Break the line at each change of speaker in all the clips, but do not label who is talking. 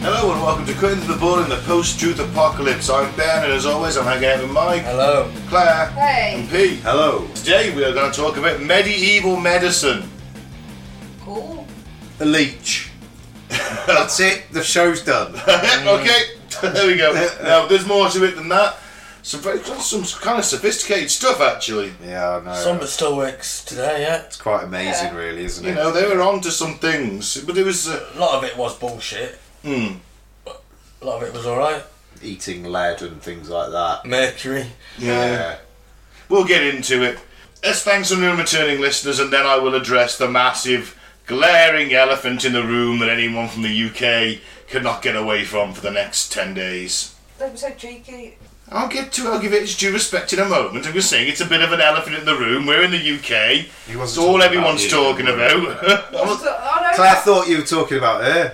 Hello and welcome to Cutting the Ball in the Post-Truth Apocalypse. I'm Ben and as always I'm hanging out with Mike,
Hello.
Claire,
Hey.
and Pete. Hello. Today we are going to talk about medieval medicine.
Cool.
The leech. That's it. The show's done.
okay, there we go. Now there's more to it than that. Some, very, some kind of sophisticated stuff actually.
Yeah, I know.
Some that still works today, yeah.
It's quite amazing,
Yeah.
really, isn't it?
You know, they were on to some things, but it was... Uh,
A lot of it was bullshit.
hmm.
A lot of it was alright.
Eating lead and things like that.
Mercury.
Yeah.
We'll get into it. Let's thank some new returning listeners and then I will address the massive, glaring elephant in the room that anyone from the UK could not get away from for the next 10 days.
Don't be so cheeky.
I'll get to I'll give it its due respect in a moment. I'm just saying it's a bit of an elephant in the room. We're in the UK.
He wasn't
It's all
talking about
everyone's
you.
talking about.
What's the, I know.
Claire thought you were talking about her.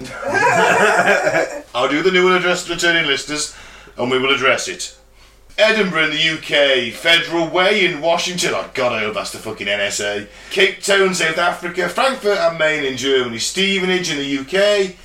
I'll do the new and address returning listeners and we will address it. Edinburgh in the UK, Federal Way in Washington, oh god, I hope that's the fucking NSA. Cape Town, South Africa, Frankfurt am Main in Germany, Stevenage in the UK,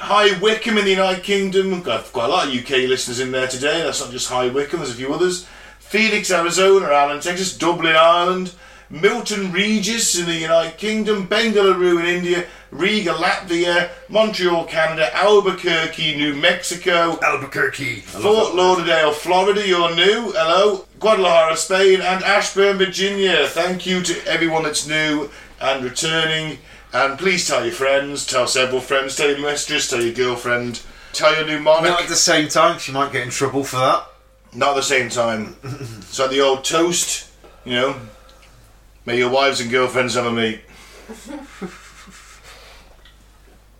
High Wycombe in the United Kingdom. We've got quite a lot of UK listeners in there today, that's not just High Wycombe, there's a few others. Phoenix, Arizona, Allen, Texas, Dublin, Ireland, Milton Regis in the United Kingdom, Bengaluru in India, Riga, Latvia, Montreal, Canada, Albuquerque, New Mexico,
Albuquerque.
Fort Lauderdale, Florida, you're new. Hello. Guadalajara, Spain, and Ashburn, Virginia. Thank you to everyone that's new and returning. And please tell your friends, tell several friends, tell your mistress, tell your girlfriend, tell your new monarch.
Not at the same time, 'cause you might get in trouble for that.
Not at the same time. so the old toast, you know. May your wives and girlfriends never meet.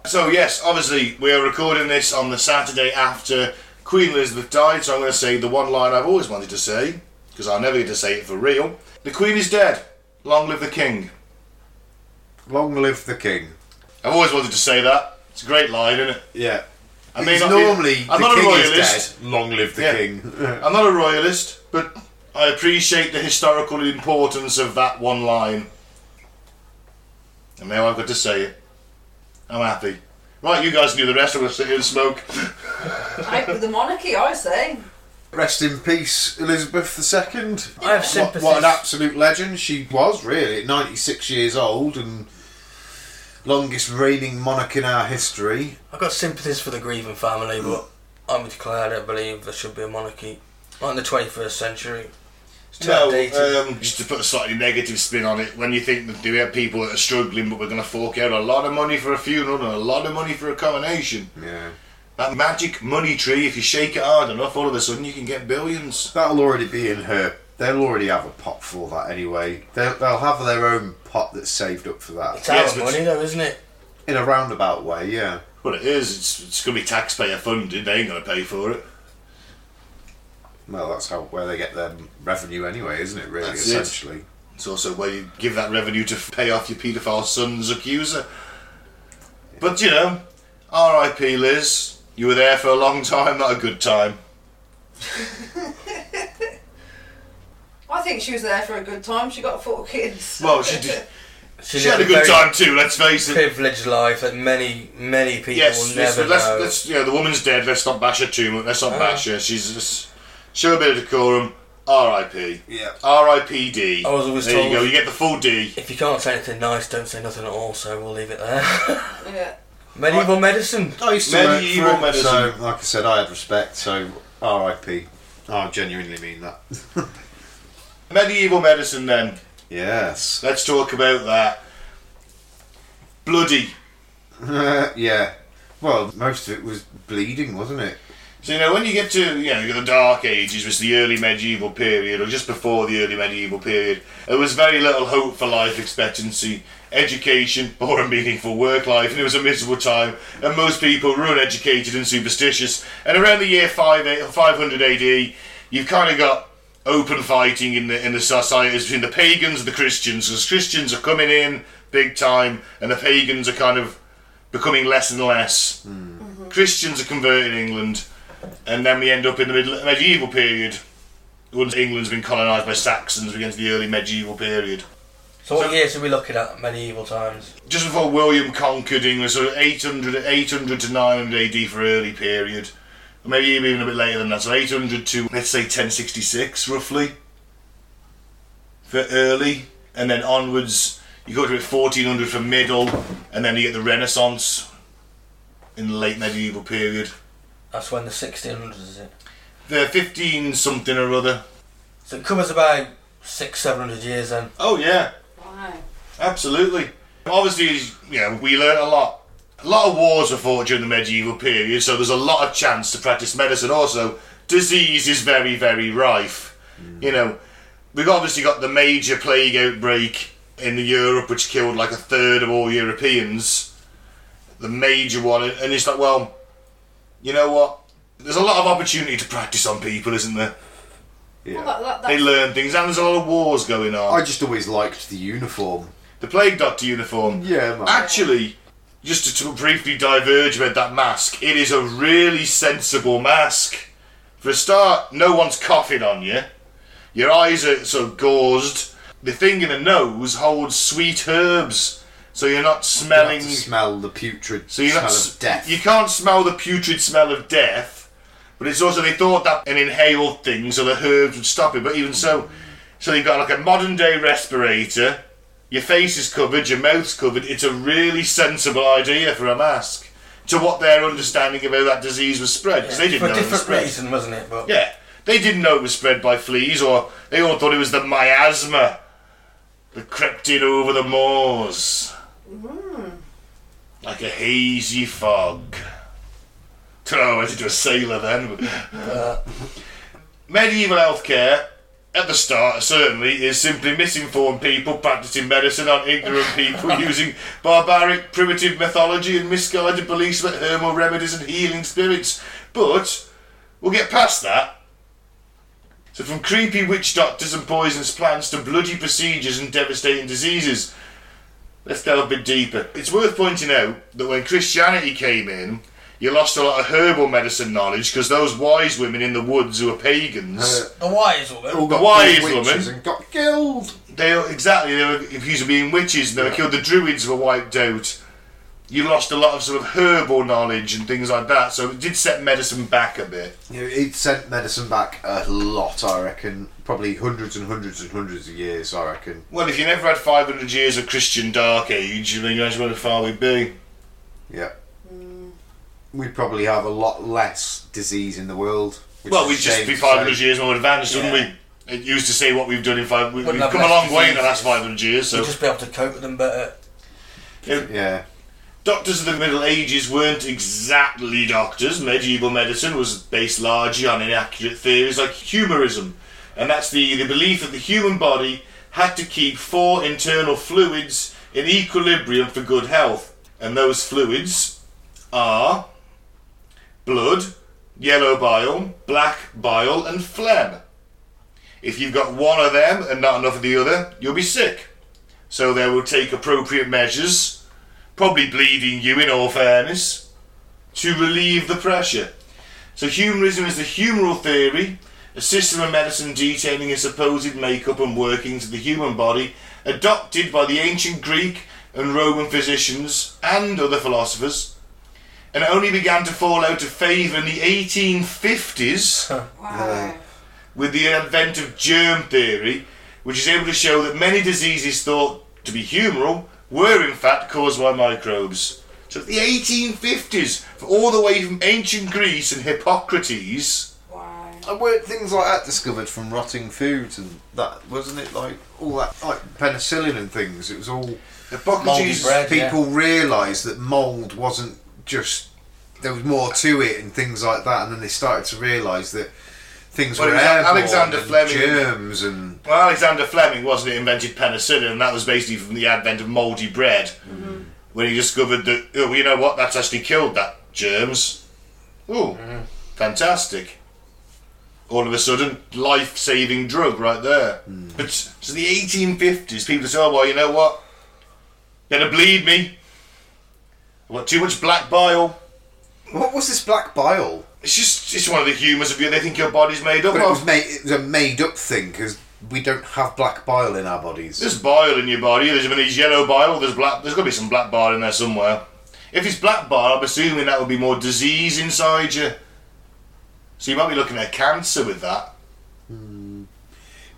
so yes, obviously we are recording this on the Saturday after Queen Elizabeth died. So I'm going to say the one line I've always wanted to say because I'll never get to say it for real. The Queen is dead. Long live the King.
Long live the king.
I've always wanted to say that. It's a great line, isn't it?
Yeah.
I
It's
not be-
normally
I'm
the
not a
king
royalist.
is dead. Long live the
Yeah.
king.
I'm not a royalist, but I appreciate the historical importance of that one line. And now I've got to say it. I'm happy. Right, you guys knew the rest. I'm going to sit here and smoke.
I, with the monarchy, I say.
Rest in peace, Elizabeth II.
I have
What,
sympathy.
what an absolute legend she was, really, at 96 years old and longest reigning monarch in our history.
I've got sympathies for the grieving family, but
Hmm.
I'm with Claire. I don't believe there should be a monarchy. Not in the 21st century. It's too
No,
outdated.
um, just to put a slightly negative spin on it, when you think that we have people that are struggling, but we're going to fork out a lot of money for a funeral and a lot of money for a coronation.
Yeah.
That magic money tree, if you shake it hard enough, all of a sudden you can get billions.
That'll already be in her. They'll already have a pot for that anyway. They'll, they'll have their own pot that's saved up for
it's
that.
our
yes, but-
money, though, isn't it?
In a roundabout way, yeah.
Well, it is. It's, it's going to be taxpayer funded. They ain't going to pay for it.
Well, that's how where they get their revenue anyway, isn't it? Really,
That's it.
essentially.
It's also where you give that revenue to pay off your paedophile son's accuser. But you know, R.I.P. Liz, you were there for a long time, not a good time.
I think she was there for a good time. She got four kids.
Well, she did,
She,
she had a
lived
good
very
time too. Let's face it.
Privileged life that many, many people
Yes,
will
let's,
never
let's,
know. Uh-huh.
let's you know the woman's dead. Let's not bash her too much. Let's not bash her. She's just show a bit of decorum. R.I.P.
Yeah.
R.I.P.D.
I was always
there
told-
you go. You get the full D.
If you can't say anything nice, don't say nothing at all. So we'll leave it there.
yeah.
Medieval medicine.
I used to
Medieval
medieval medicine.
medicine.
So, like I said, I had respect. So, R.I.P. I genuinely mean that.
Medieval medicine. Then
yes.
let's talk about that. Bloody.
yeah. Well, most of it was bleeding, wasn't it?
So you know when you get to you know the Dark Ages, which is the early medieval period, or just before the early medieval period, there was very little hope for life expectancy, education, or a meaningful work life, and it was a miserable time. And most people were uneducated and superstitious. And around the year eh, 5 500 AD, you've kind of got open fighting in the in the societies between the pagans and the Christians, because Christians are coming in big time, and the pagans are kind of becoming less and less. Christians are converting England, and then we end up in the middle, medieval period. Once England's been colonised by Saxons, we get into the early medieval period.
So what
So-
years are we looking at? Medieval times.
Just before William conquered England, so 800, 800 to 900 AD for early period. Maybe even a bit later than that, so 800 to, let's say, 1066 roughly for early. And then onwards, you go to it 1400 for middle, and then you get the Renaissance in the late medieval period.
That's when the 1600s is it.
The 15 something or other.
So it covers about six, seven hundred years then.
Oh, yeah.
Wow.
Absolutely. Obviously, you know, we learn a lot. A lot of wars were fought during the medieval period, so there's a lot of chance to practice medicine. Also, disease is very, very rife.
Mm.
You know, we've obviously got the major plague outbreak in Europe, which killed like a third of all Europeans. The major one, and it's like, well, you know what? There's a lot of opportunity to practice on people, isn't there?
Yeah.
Well, that, that,
They
that's-
learn things, and there's a lot of wars going on.
I just always liked the uniform.
The plague doctor uniform.
Yeah, man.
Actually, just to, to briefly diverge about that mask, it is a really sensible mask. For a start, no one's coughing on you. Your eyes are so gauzed. The thing in the nose holds sweet herbs, so you're not
You have
smelling.
to smell the putrid
so you're
smell
not. s-
of death.
You can't smell the putrid smell of death. But it's also they thought that an inhaled thing, so the herbs would stop it. But even so, so you've got like a modern day respirator. Your face is covered, your mouth's covered. It's a really sensible idea for a mask to what their understanding of how that disease was spread because they
For
didn't
a
know it was
different
spread.
reason, wasn't it? But
Yeah, they didn't know it was spread by fleas, or they all thought it was the miasma that crept in over the moors like a hazy fog. Don't know, I went into a sailor then.
uh,
Medieval healthcare, at the start certainly, is simply misinformed people practicing medicine on ignorant people using barbaric, primitive mythology and misguided beliefs about herbal remedies and healing spirits. But we'll get past that. So, from creepy witch doctors and poisonous plants to bloody procedures and devastating diseases, let's delve a bit deeper. It's worth pointing out that when Christianity came in, you lost a lot of herbal medicine knowledge because those wise women in the woods who were pagans.
Uh,
the wise woman.
all got
wise
killed witches
woman.
and got killed.
They were- exactly they were accused of being witches. They were killed. The druids were wiped out. You lost a lot of sort of herbal knowledge and things like that. So it did set medicine back a bit.
You know, it sent medicine back a lot. I reckon probably hundreds and hundreds and hundreds of years. I reckon.
Well, if you never had 500 years of Christian Dark Age, you mean imagine how far we'd be.
Yeah.
Hmm.
We'd probably have a lot less disease in the world. which
well,
is
we'd
a
just
shame
be
to
500
say.
years more advanced,
Yeah.
wouldn't we? It used to say what we've done in five. We, we've
Wouldn't have
come a
less
long way in the last
diseases.
500 years. So
You'd just be able to cope with them better.
Yeah.
doctors of the Middle Ages weren't exactly doctors. Medieval medicine was based largely on inaccurate theories like humorism, and that's the, the belief that the human body had to keep four internal fluids in equilibrium for good health. And those fluids are blood, yellow bile, black bile, and phlegm. If you've got one of them and not enough of the other, you'll be sick. So they will take appropriate measures probably bleeding you in all fairness, to relieve the pressure. So humorism is the humoral theory, a system of medicine detailing a supposed makeup and workings of the human body, adopted by the ancient Greek and Roman physicians and other philosophers, and only began to fall out of favour in the 1850s
Wow.
with the advent of germ theory, which is able to show that many diseases thought to be humoral were in fact caused by microbes. So the 1850s, for all the way from ancient Greece and Hippocrates,
Wow.
And weren't things like that discovered from rotting foods and that wasn't it like all that like penicillin and things? It was all
Hippocrates,
bread. Yeah.
people realised that mould wasn't just there was more to it and things like that, and then they started to realise that things
Well,
were
it was
airborne
Alexander
and
Fleming.
germs and
well, Alexander Fleming wasn't it invented penicillin, and that was basically from the advent of mouldy bread,
Mm-hmm.
when he discovered that oh, you know what, that's actually killed that germs. Ooh,
Mm-hmm.
fantastic. all of a sudden, life saving drug right there.
Mm.
But so the 1850s, people say, oh, well, you know what? You're going to bleed me. I've got too much black bile.
what was this black bile?
It's just it's one of the humours of you. They think your body's made up
But it was
of.
made it was a made up thing because we don't have black bile in our bodies.
There's bile in your body. There's, I mean, there's yellow bile. There's black. There's got to be some black bile in there somewhere. If it's black bile, I'm assuming that would be more disease inside you. So you might be looking at cancer with that.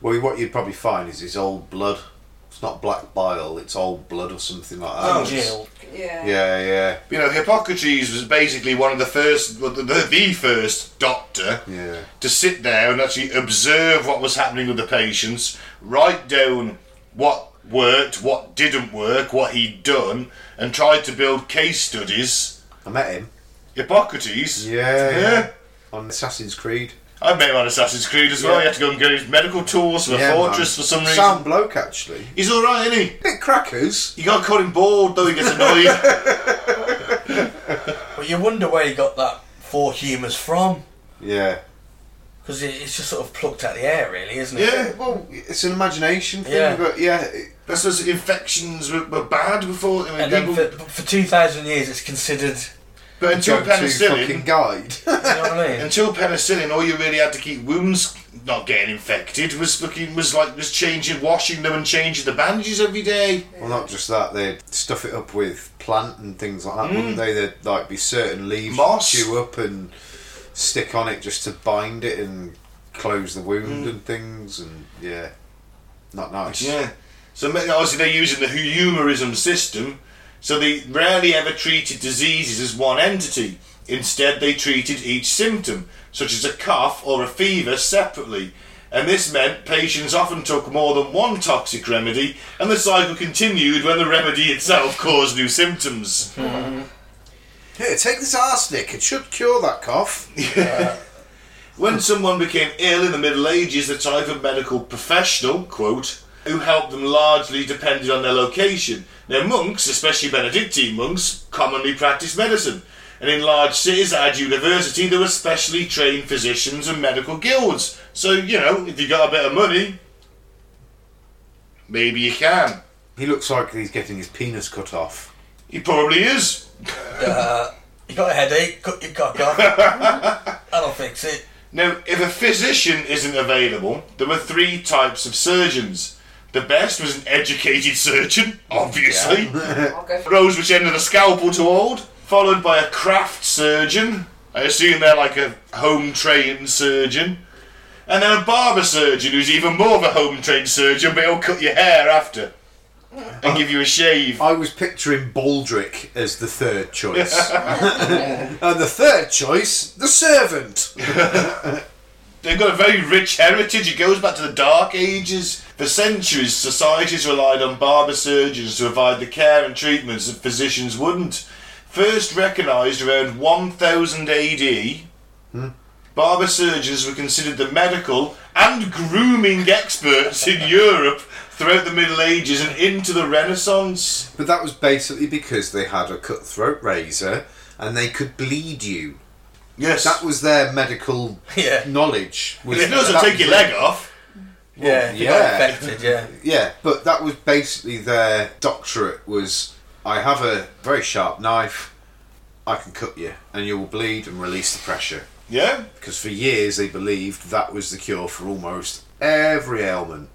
Well, what you'd probably find is his old blood. It's not black bile, it's old blood or something like that.
Oh,
It's-
jail.
Yeah.
Yeah, yeah,
You know, Hippocrates was basically one of the first, well, the, the, the first doctor
yeah.
to sit there and actually observe what was happening with the patients, write down what worked, what didn't work, what he'd done, and tried to build case studies.
I met him.
Hippocrates.
Yeah,
Yeah.
yeah. On Assassin's Creed.
I met him on Assassin's Creed as well.
Yeah.
You had to go and get his medical tools from the
Yeah,
fortress for
man.
some reason.
Sound bloke, actually.
He's all right, isn't he?
Bit crackers.
You can't call him bald though. He gets annoyed.
But you wonder where he got that four humours from.
Yeah.
Because it, it's just sort of plucked out the air, really, isn't it?
yeah.
Well, it's an imagination thing,
Yeah.
but yeah, it-
That's because infections were, were bad before. I mean,
And then
people-
for, for 2,000 years, it's considered.
but until
go to fucking
penicillin,
guide.
You know what I mean?
until penicillin, all you really had to keep wounds not getting infected was fucking was like was changing, washing them, and changing the bandages every day.
Well, not just that, they'd stuff it up with plant and things like that, wouldn't they? There'd like be certain leaves
Moss.
chew up and stick on it just to bind it and close the wound and things, and yeah, not nice.
Yeah. So ma- obviously they're using the humorism system, so they rarely ever treated diseases as one entity. Instead, they treated each symptom, such as a cough or a fever, separately. And this meant patients often took more than one toxic remedy, and the cycle continued when the remedy itself caused new symptoms.
Here, take this arsenic, it should cure that cough.
When someone became ill in the Middle Ages, the type of medical professional, quote, who helped them largely depended on their location. Now, monks, especially Benedictine monks, commonly practiced medicine. And in large cities that had university, there were specially trained physicians and medical guilds. So, you know, if you got a bit of money, maybe you can.
He looks like he's getting his penis cut off.
He probably is.
Uh, you got a headache, cut your cock off. That'll fix it.
Now, if a physician isn't available, there were three types of surgeons. The best was an educated surgeon, obviously,
I'll go for
rose which end of the scalpel to hold, followed by a craft surgeon. I assume they're like a home trained surgeon. And then a barber surgeon who's even more of a home trained surgeon, but he'll cut your hair after and give you a shave.
I was picturing Baldric as the third choice. and the third choice, the servant.
They've got a very rich heritage. It goes back to the Dark Ages. For centuries, societies relied on barber surgeons to provide the care and treatments that physicians wouldn't. First recognised around 1000 AD,
Hmm.
barber surgeons were considered the medical and grooming experts in Europe throughout the Middle Ages and into the Renaissance.
But that was basically because they had a cutthroat razor and they could bleed you.
Yes.
That was their medical
Yeah.
knowledge. Was
it doesn't
that
take your
was it.
leg off.
yeah, you got
yeah.
infected, yeah.
Yeah, but that was basically their doctorate. Was I have a very sharp knife, I can cut you, and you will bleed and release the pressure.
Yeah?
Because for years they believed that was the cure for almost every ailment.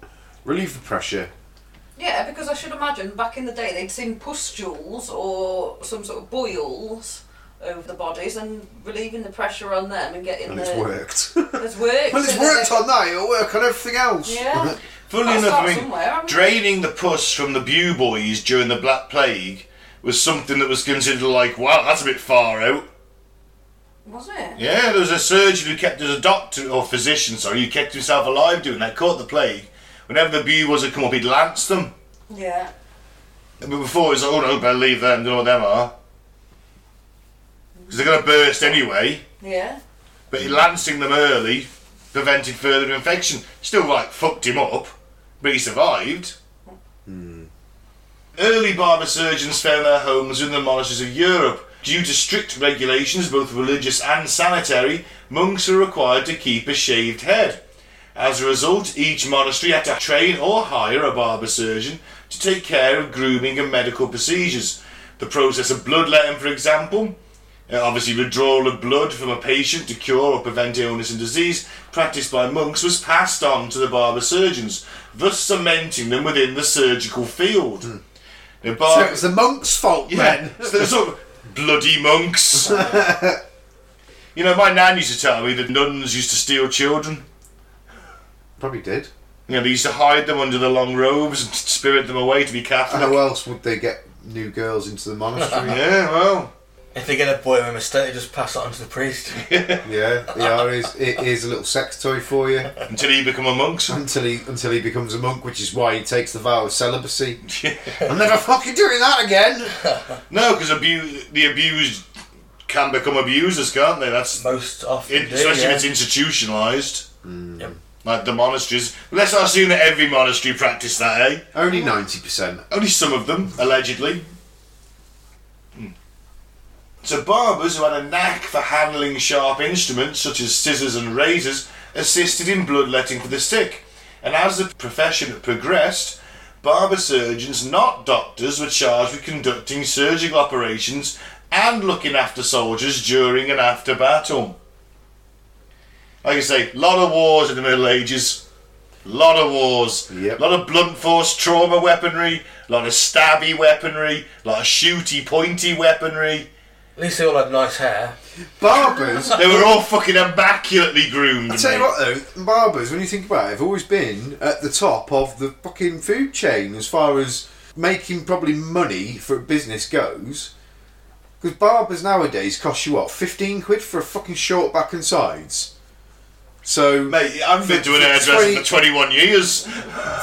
Relieve the pressure.
Yeah, because I should imagine back in the day they'd seen pustules or some sort of boils over the bodies and relieving the pressure on them and getting
And
the.
it's worked. well,
It's worked.
it's
and then
worked
they-
on that. It'll work on everything else.
Yeah.
Funnily
Gotta
enough,
start
I mean,
somewhere, haven't we?
draining the pus from the Bew boys during the Black Plague was something that was considered like, wow, that's a bit far out.
Wasn't it?
Yeah, there was a surgeon who kept, there was a doctor, or physician, sorry, who kept himself alive doing that, caught the plague. Whenever the Bew boys would come up, he'd lance them.
Yeah.
But before, it was like, oh no, better leave them, don't know what them are. Because they're going to burst anyway.
Yeah.
But lancing them early prevented further infection. Still, like, fucked him up, but he survived. Hmm. Early barber surgeons found their homes in the monasteries of Europe. Due to strict regulations, both religious and sanitary, monks were required to keep a shaved head. As a result, each monastery had to train or hire a barber surgeon to take care of grooming and medical procedures. The process of bloodletting, for example, Uh, obviously, withdrawal of blood from a patient to cure or prevent illness and disease practiced by monks was passed on to the barber surgeons, thus cementing them within the surgical field. Now,
Hmm. So
bar-
it was the monk's fault
Uh, yeah,
then.
so there's sort of bloody monks. you know, my nan used to tell me that nuns used to steal children.
Probably did.
You know, they used to hide them under the long robes and spirit them away to be Catholic.
Oh,
How else would they get new girls into the monastery?
Yeah, well,
If they get a boy with a mistake, they just pass it on to the priest.
yeah, yeah. It is, it is a little sex toy for you
until you become a monk. so-
until he until he becomes a monk, which is why he takes the vow of celibacy. I'm never fucking doing that again.
No, because abu- the abused can become abusers, can't they? That's
Most often,
it,
do,
especially
yeah. Hmm.
if it's institutionalized,
Yep.
like the monasteries. Let's not assume that every monastery practiced that, eh?
Only ninety percent.
Only some of them, allegedly. Hmm. So barbers who had a knack for handling sharp instruments such as scissors and razors assisted in bloodletting for the sick. And as the profession progressed, barber surgeons, not doctors, were charged with conducting surgical operations and looking after soldiers during and after battle. Like I say, lot of wars in the Middle Ages. Lot of wars.
Yep.
Lot of blunt force trauma weaponry. Lot of stabby weaponry. Lot of shooty, pointy weaponry.
At least they all had nice hair.
Barbers.
They were all fucking immaculately groomed.
I tell you
mate.
what though, barbers, when you think about it, have always been at the top of the fucking food chain as far as making probably money for a business goes. Because barbers nowadays cost you what, fifteen quid for a fucking short back and sides. So
Mate, I've been doing hairdressing for 21 years.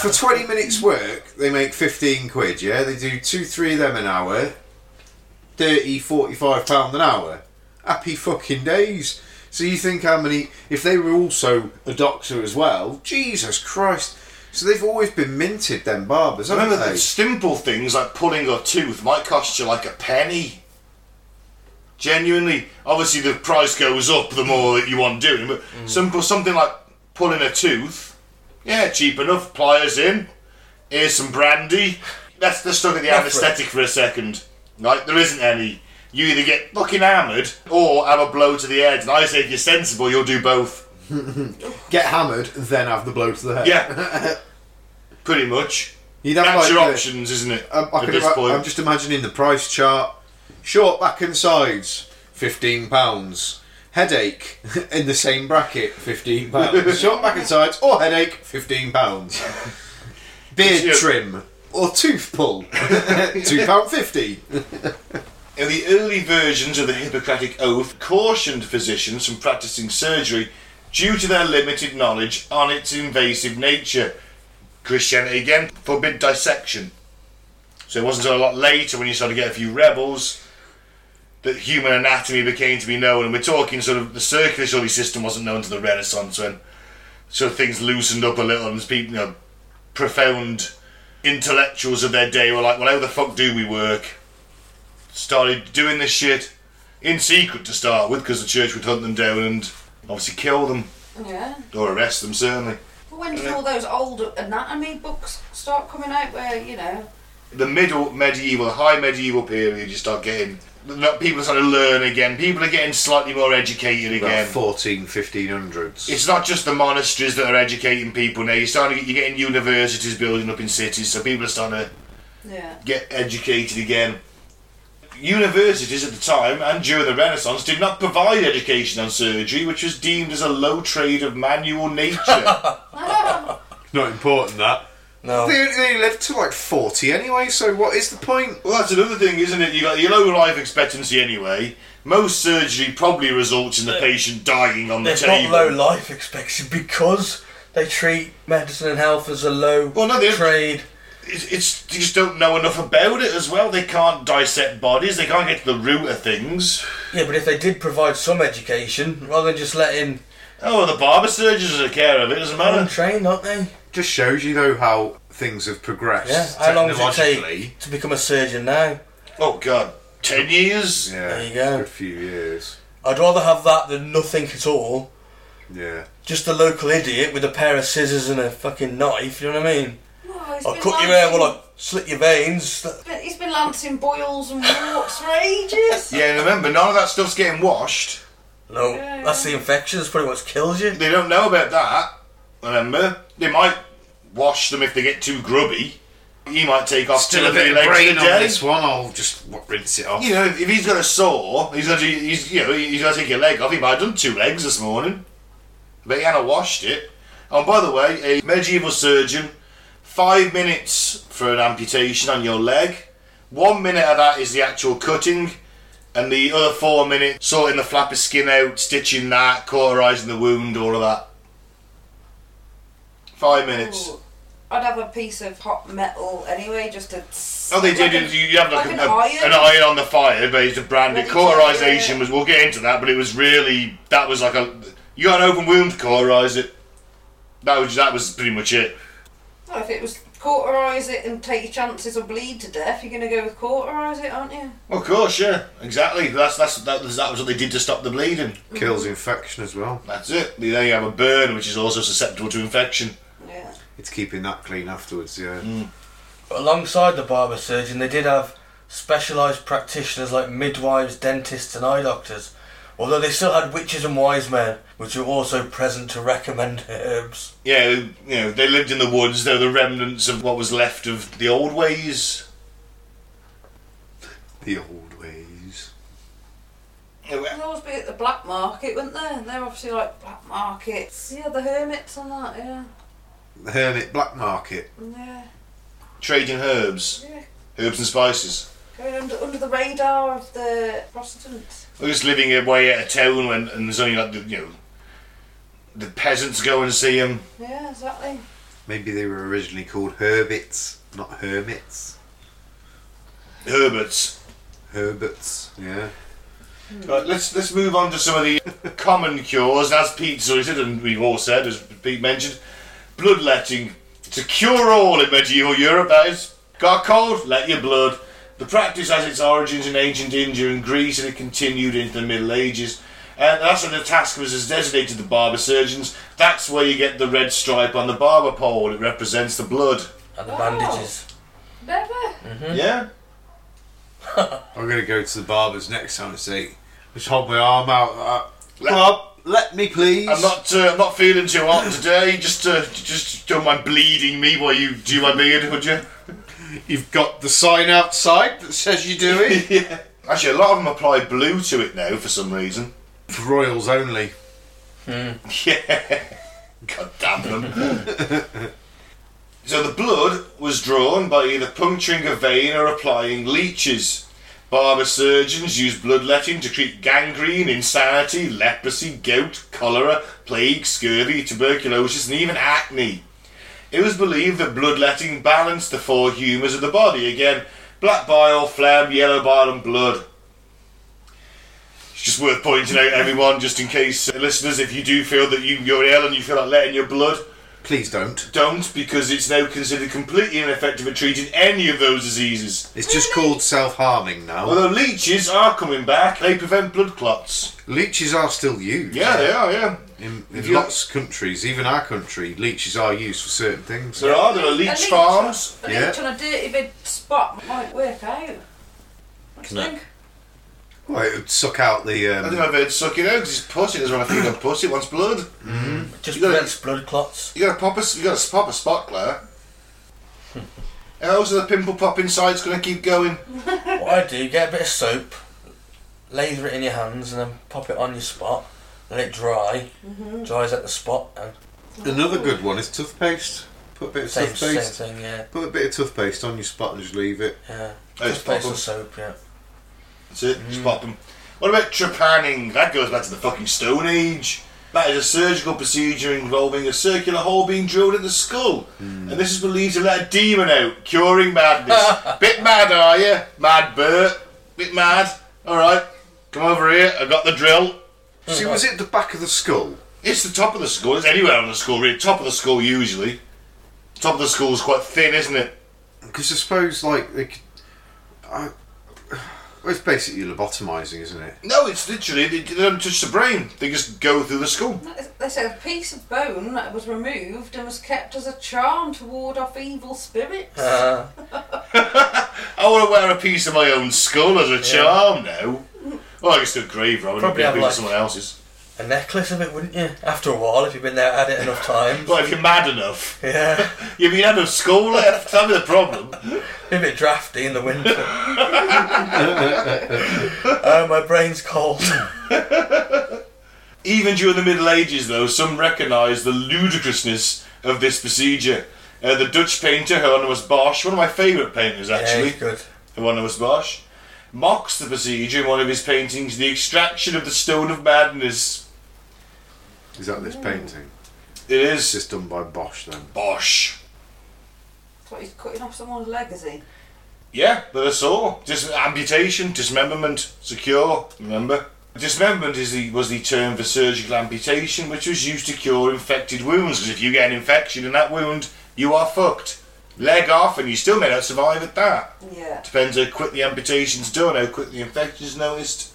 for twenty minutes work, they make fifteen quid. Yeah, they do two, three of them an hour, 30, 45 pound an hour. Happy fucking days. So you think how many? If they were also a doctor as well, Jesus Christ! So they've always been minted, them barbers, haven't
Remember that
they?
simple things like pulling a tooth might cost you like a penny. Genuinely, obviously the price goes up the more that you want doing, but simple something like pulling a tooth, yeah, cheap enough. Pliers in, here's some brandy. Let's just look at the
Enough for
anaesthetic for a second. Like there isn't any. You either get fucking hammered or have a blow to the head. And I say if you're sensible, you'll do both.
Get hammered, then have the blow to the head.
Yeah, pretty much.
you'd have
That's
like
your
the-
options, isn't it?
I'm, Um, I
at
can
this
ima-
point,
I'm just imagining the price chart. Short back and sides, fifteen pounds. Headache in the same bracket, fifteen pounds. Short back and sides or headache, fifteen pounds. Beard
Yeah.
trim or tooth pull, two pound fifty.
In the early versions of the Hippocratic Oath, cautioned physicians from practicing surgery due to their limited knowledge on its invasive nature. Christianity again forbid dissection. So it wasn't until a lot later when you started to get a few rebels that human anatomy became to be known. And we're talking sort of the circulatory system wasn't known to the Renaissance when sort of things loosened up a little and people, you know, profound intellectuals of their day were like, well, how the fuck do we work? started doing this shit in secret to start with because the church would hunt them down and obviously kill them
Yeah.
or arrest them certainly.
But when did all those old anatomy books start coming out where, you know,
The middle medieval, high medieval period, you start getting not- people are starting to learn again. People are getting slightly more educated
About
again.
fourteen, fifteen hundreds.
It's not just the monasteries that are educating people now. You're starting to get, you're getting universities building up in cities, so people are starting to
yeah.
get educated again. Universities at the time and during the Renaissance did not provide education on surgery, which was deemed as a low trade of manual nature.
Not important that.
No.
They, they lived to like forty anyway. So what is the point?
well, that's another thing, isn't it? You got your low life expectancy anyway. Most surgery probably results in the patient dying on the
They've got
table.
low life expectancy because they treat medicine and health as a low
Well, no, they-
trade.
it's, it's they just don't know enough about it as well. They can't dissect bodies. They can't get to the root of things.
Yeah, but if they did provide some education, rather than just letting
Oh, the barber surgeons are care of it. Doesn't
them
matter.
train, aren't they?
Just shows you though how things have progressed.
Yeah. How long does it
technologically.
take to become a surgeon now?
Oh God, ten years.
Yeah,
There you go.
Good few years.
I'd rather have that than nothing at all.
Yeah.
Just a local idiot with a pair of scissors and a fucking knife. You know what I mean?
Well, he's
I'll
Oh, been
cut your
like-
hair. Well, I slit your veins.
But He's been lancing boils and warts for ages.
Yeah, and remember, none of that stuff's getting washed.
No,
Yeah, yeah.
that's the infection. That's pretty much kills you.
They don't know about that. Remember, they might wash them if they get too grubby. He might take off
Still
two
a
or three
bit of
legs
brain
a
on
day.
this one. I'll just w- rinse it off.
You know, if if he's got a sore, he's got to, he's, you know, he's got to take your leg off. He might have done two legs this morning, but he hadn't washed it. And by the way, a medieval surgeon, five minutes for an amputation on your leg. One minute of that is the actual cutting, and the other four minutes sorting the flap of skin out, stitching that, cauterising the wound, all of that. Five minutes.
Ooh, I'd have a piece of hot metal anyway, just to.
Oh, they did.
like
you- you have like,
like
a-
an
a-
iron.
an iron on the fire, but it's a branded
Ready to-
cauterization.
yeah.
Was we'll get into that, but it was really that was like a you got an open wound to cauterize it. That was that was pretty much it.
Well, if it was cauterise it and take your chances or bleed to death, you're going to go with cauterise it, aren't you?
Of course, yeah, exactly. That's that's that was, that was what they did to stop the bleeding.
Kills infection as well.
That's it. Then you have a burn, which is also susceptible to infection.
Yeah.
It's keeping that clean afterwards. Yeah.
But alongside the barber surgeon, they did have specialised practitioners like midwives, dentists, and eye doctors. Although they still had witches and wise men, which were also present to recommend herbs.
Yeah, you know they lived in the woods. They were the remnants of what was left of the old ways.
The old ways.
There'd always be at the black market, wouldn't there? And they're obviously like black markets. Yeah, the hermits and that, yeah.
The hermit black market.
Yeah,
Trading herbs,
yeah.
herbs and spices.
Going under, under the radar of the Protestants.
We're just living away out of town when, and there's only like the, you know, the peasants go and see him.
Yeah, exactly.
Maybe they were originally called herbits, not hermits.
Herberts.
Herberts. Yeah.
Mm. Right, let's let's move on to some of the common cures. As Pete said, and we've all said, as Pete mentioned, bloodletting. It's a cure-all in medieval Europe. That is, got a cold, let your blood. The practice has its origins in ancient India and Greece, and it continued into the Middle Ages. And that's when the task was as designated the barber surgeons. That's where you get the red stripe on the barber pole. It represents the blood.
And the
Wow.
bandages.
Never.
Yeah.
I'm gonna go to the barbers next time and say, just hold my arm out. Uh,
Let-
Bob, let me please.
I'm not. Uh, I'm not feeling too hot today. Just, uh, just don't mind bleeding me while you do my beard, would you?
You've got the sign outside that says you do it.
yeah. Actually, a lot of them apply blue to it now for some reason.
For royals only.
Yeah. God damn them. so the blood was drawn by either puncturing a vein or applying leeches. Barber surgeons used bloodletting to treat gangrene, insanity, leprosy, gout, cholera, plague, scurvy, tuberculosis, and even acne. It was believed that bloodletting balanced the four humours of the body again black bile, phlegm, yellow bile, and blood. It's just worth pointing out, everyone, just in case uh, listeners, if you do feel that you, you're ill and you feel like letting your blood,
Please don't.
don't, because it's now considered completely ineffective at treating any of those diseases.
It's just called self harming now.
Although leeches are coming back, they prevent blood clots.
leeches are still used.
Yeah, they are, yeah.
In,
If
in
you-
lots of countries, even our country, leeches are used for certain things.
There are, there are leech, farms.
A
Yeah.
leech on a dirty big spot might work out. What do you
Can I-
think?
Well, it would suck out the.
I
Um,
think I've heard sucking out because it's pussy. There's one I think of pussy. It wants blood.
It just
You gotta-
prevents blood clots.
You gotta pop a, s- you gotta pop a spot, Claire. and also the pimple popping side's gonna keep going.
what I do, get a bit of soap, lather it in your hands, and then pop it on your spot. Let it dry. Dries at the spot. And
another good one is toothpaste. Put a bit of
same, same
toothpaste.
thing, yeah.
Put a bit of toothpaste on your spot and just leave it.
Yeah.
Oh, it's
Just based on
proper.
soap, yeah.
That's it, just pop 'em. What about trepanning? That goes back to the fucking Stone Age. That is a surgical procedure involving a circular hole being drilled in the skull. And this is believed to let a demon out, curing madness. Bit mad, are you? Mad Bert? Bit mad? Alright, come over here, I got the drill.
See, was it the back of the skull?
It's the top of the skull, it's anywhere on the skull, really. Top of the skull, usually. Top of the skull is quite thin, isn't it?
Because I suppose, like, they could, I, well, it's basically lobotomising, isn't it?
No, it's literally, they they don't touch the brain, they just go through the skull.
They say a piece of bone that was
Uh.
removed and was kept as a charm to ward off evil spirits.
Uh,
I want to wear a piece of my own skull as a charm now. Well, I can still grave robbing
Probably have,
people
like-
someone else's.
A necklace of it, wouldn't you? After a while, if you've been there at it enough times.
Well, if you're mad enough,
yeah.
you mean have a skull left? That'd be the problem.
Be a bit drafty in the winter. oh, my brain's cold.
Even during the Middle Ages, though, some recognised the ludicrousness of this procedure. Uh, the Dutch painter Hieronymus Bosch, one of my favourite painters
yeah,
actually,
he's good.
Hieronymus Bosch, mocks the procedure in one of his paintings, The Extraction of the Stone of Madness.
Is that this painting?
It
It's
is
just done by Bosch then.
Bosch.
What, he's cutting off someone's leg, is he?
Yeah, but that's all. Dis- amputation, dismemberment, secure. Remember, dismemberment is the was the term for surgical amputation, which was used to cure infected wounds. Because if you get an infection in that wound, you are fucked. Leg off, and you still may not survive at that.
Yeah.
Depends how quick the amputation's done, how quick the infection's noticed.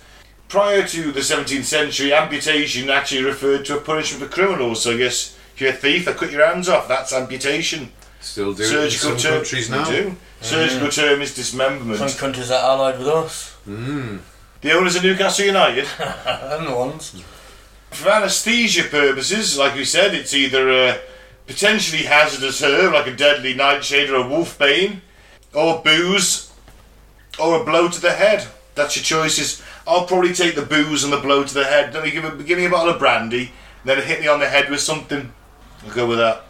Prior to the 17th century, amputation actually referred to a punishment for criminals. So yes, if you're a thief, I cut your hands off. That's amputation.
Still doing it in
Surgical
some
term.
countries now.
They do. Surgical term is
Some
dismemberment.
countries that are allied with us.
The owners of Newcastle United,
And the ones.
for anaesthesia purposes, like we said, it's either a potentially hazardous herb, like a deadly nightshade or a wolfbane, or booze, or a blow to the head. That's your choices. I'll probably take the booze and the blow to the head. Let me give, me- give me a bottle of brandy, then hit me on the head with something. I'll go with that.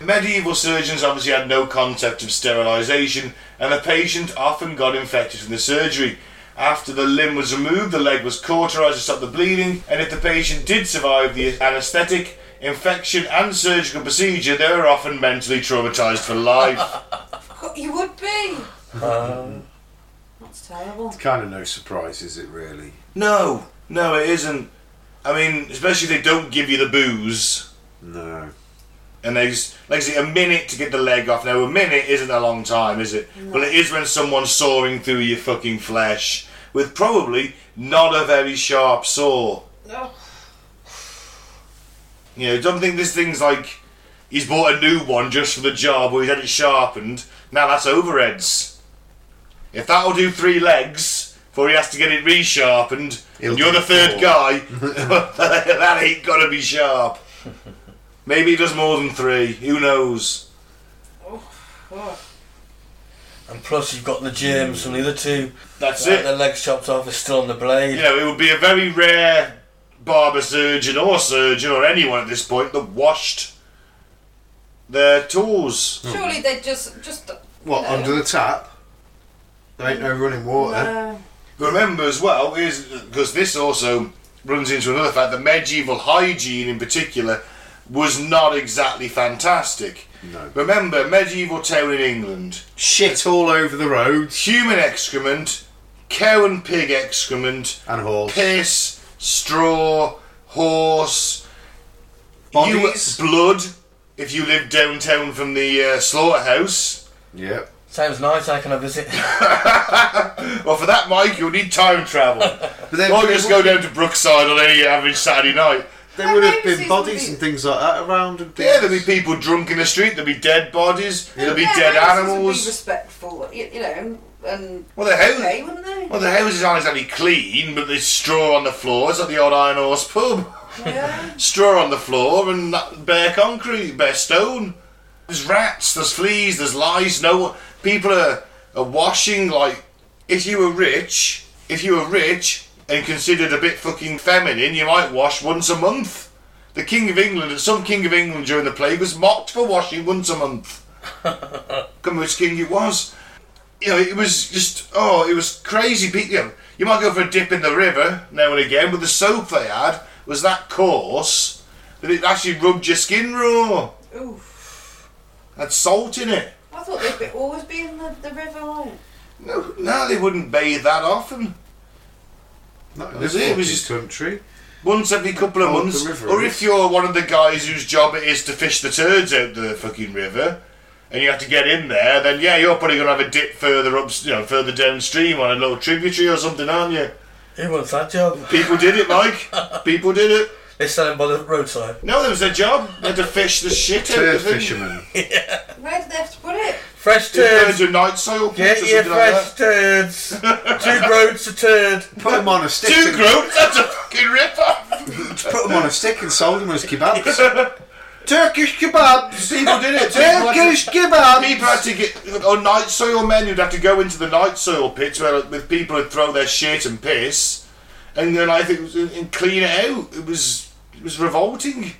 Medieval surgeons obviously had no concept of sterilisation, and the patient often got infected from the surgery. After the limb was removed, the leg was cauterised to stop the bleeding, and if the patient did survive the anaesthetic, infection, and surgical procedure, they were often mentally traumatised for life.
Cut- You would be!
Uh,
That's terrible.
Kind of no surprise, is it really?
no, no, it isn't. I mean, especially if they don't give you the booze.
No.
And they just, like I say, a minute to get the leg off. Now, a minute isn't a long time, is it? Well, it is when someone's sawing through your fucking flesh with probably not a very sharp saw.
No.
You know, don't think this thing's like he's bought a new one just for the job or he's had it sharpened. Now that's overheads. If that'll do three legs before he has to get it resharpened,
It'll
and you're
do
the third
four.
guy, that ain't gonna be sharp. Maybe he does more than three. Who knows?
Oh.
And plus, you've got the germs from the other two.
That's
Like,
it.
Their legs chopped off is still on the blade.
you know, it would be a very rare barber surgeon or surgeon or anyone at this point that washed their tools.
Surely they just. just uh,
What,
No.
under the tap? There ain't no running water.
no.
Remember as well is because this also runs into another fact that medieval hygiene in particular was not exactly fantastic.
No.
Remember, medieval town in England,
Shit all over the road.
human excrement, cow and pig excrement,
And horse.
piss, straw, horse,
Bodies.
you- blood. If you live downtown from the uh, slaughterhouse,
Yep.
Sounds nice, I can have a visit.
well, for that, Mike, you'll need time travel.
But then
or
they
just go
would-
down to Brookside on any average Saturday night.
There would have
Maybe
been
season
bodies
two.
and things like that around. And
Yeah, there'll be people drunk in the street. There'll be dead bodies. There'll be dead
houses would Be
animals.
respectful, you, you know, and
Well, the house.
okay, wouldn't they?
Well, the houses aren't exactly clean, but there's straw on the floor. It's like the old Iron Horse pub.
Yeah.
straw on the floor and that bare concrete, bare stone. There's rats, there's fleas, there's lice. No, people are, are washing like if you were rich, if you were rich and considered a bit fucking feminine, you might wash once a month. The King of England, some King of England during the plague was mocked for washing once a month. Come which king it was. You know, it was just oh, it was crazy. Pe- You, know, you might go for a dip in the river now and again, but the soap they had was that coarse that it actually rubbed your skin raw.
Ooh.
Had salt in it.
I thought they'd be, always be in the, the river line.
No, no, they wouldn't bathe that often.
Not in
Was
this
it? It
fucking
was just-
country.
Once every couple of
Oh, the
months,
river
or
is.
if you're one of the guys whose job it is to fish the turds out the fucking river, and you have to get in there, then yeah, you're probably gonna have a dip further up, you know, further downstream on a little tributary or something, aren't you?
Who wants that job?
People did it, Mike. People did it.
They're selling by the roadside.
No, that was their job. They had to fish the shit out
Turd
of the thing.
fishermen.
Where did they have to put it?
Fresh
Turns
turds.
a night sale.
Get
or
your
something like
fresh turds. Two groats a turd.
Put them on a
that.
stick.
Two
and-
groats. That's a fucking rip-off.
Put them on a stick and sold them as kebabs. Turkish kebabs.
People did it. People had to-
Turkish kebabs.
People had to get on night soil men who'd have to go into the night soil pits where with people would throw their shit and piss, and then I think it was- and clean it out. It was it was revolting.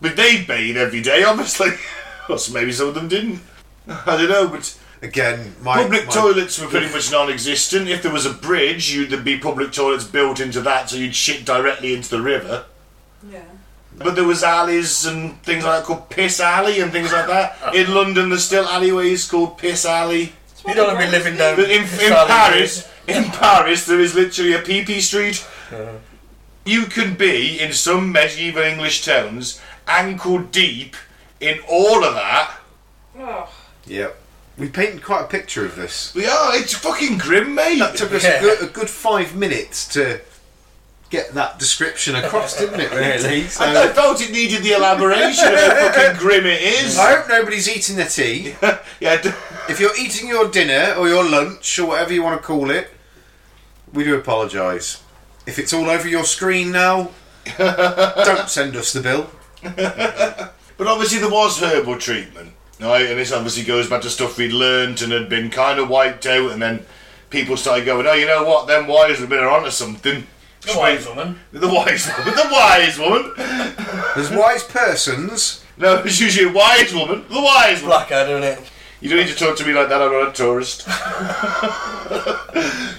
But they bathe every day, obviously. or so maybe some of them didn't. I don't know, but
Again, my
public
my-
toilets were pretty much non-existent. If there was a bridge, you'd there'd be public toilets built into that, so you'd shit directly into the river.
Yeah.
But there was alleys and things like that called Piss Alley and things like that. In London, there's still alleyways called Piss Alley.
You don't want to be living down
But in,
this
in
alley,
Paris, in Paris, there is literally a pee pee street. You can be in some medieval English towns ankle deep in all of that.
Oh.
Yep. We painted quite a picture of this.
We are. It's fucking grim, mate.
That took us
Yeah.
a, good, a good five minutes to get that description across, didn't it? Really. So-
Uh,
I, I felt it needed the elaboration of how fucking grim it is.
I hope nobody's eating their tea.
yeah. d-
If you're eating your dinner or your lunch or whatever you want to call it, we do apologise. If it's all over your screen now, don't send us the bill.
But obviously there was herbal treatment, right? And this obviously goes back to stuff we'd learned and had been kind of wiped out, and then people started going, "Oh, you know what? Them wise women are onto something."
The wise woman.
The wise woman. The wise woman.
There's wise persons.
No, it's usually a wise woman. The wise woman.
Black isn't it?
You don't need to talk to me like that. I'm not a tourist.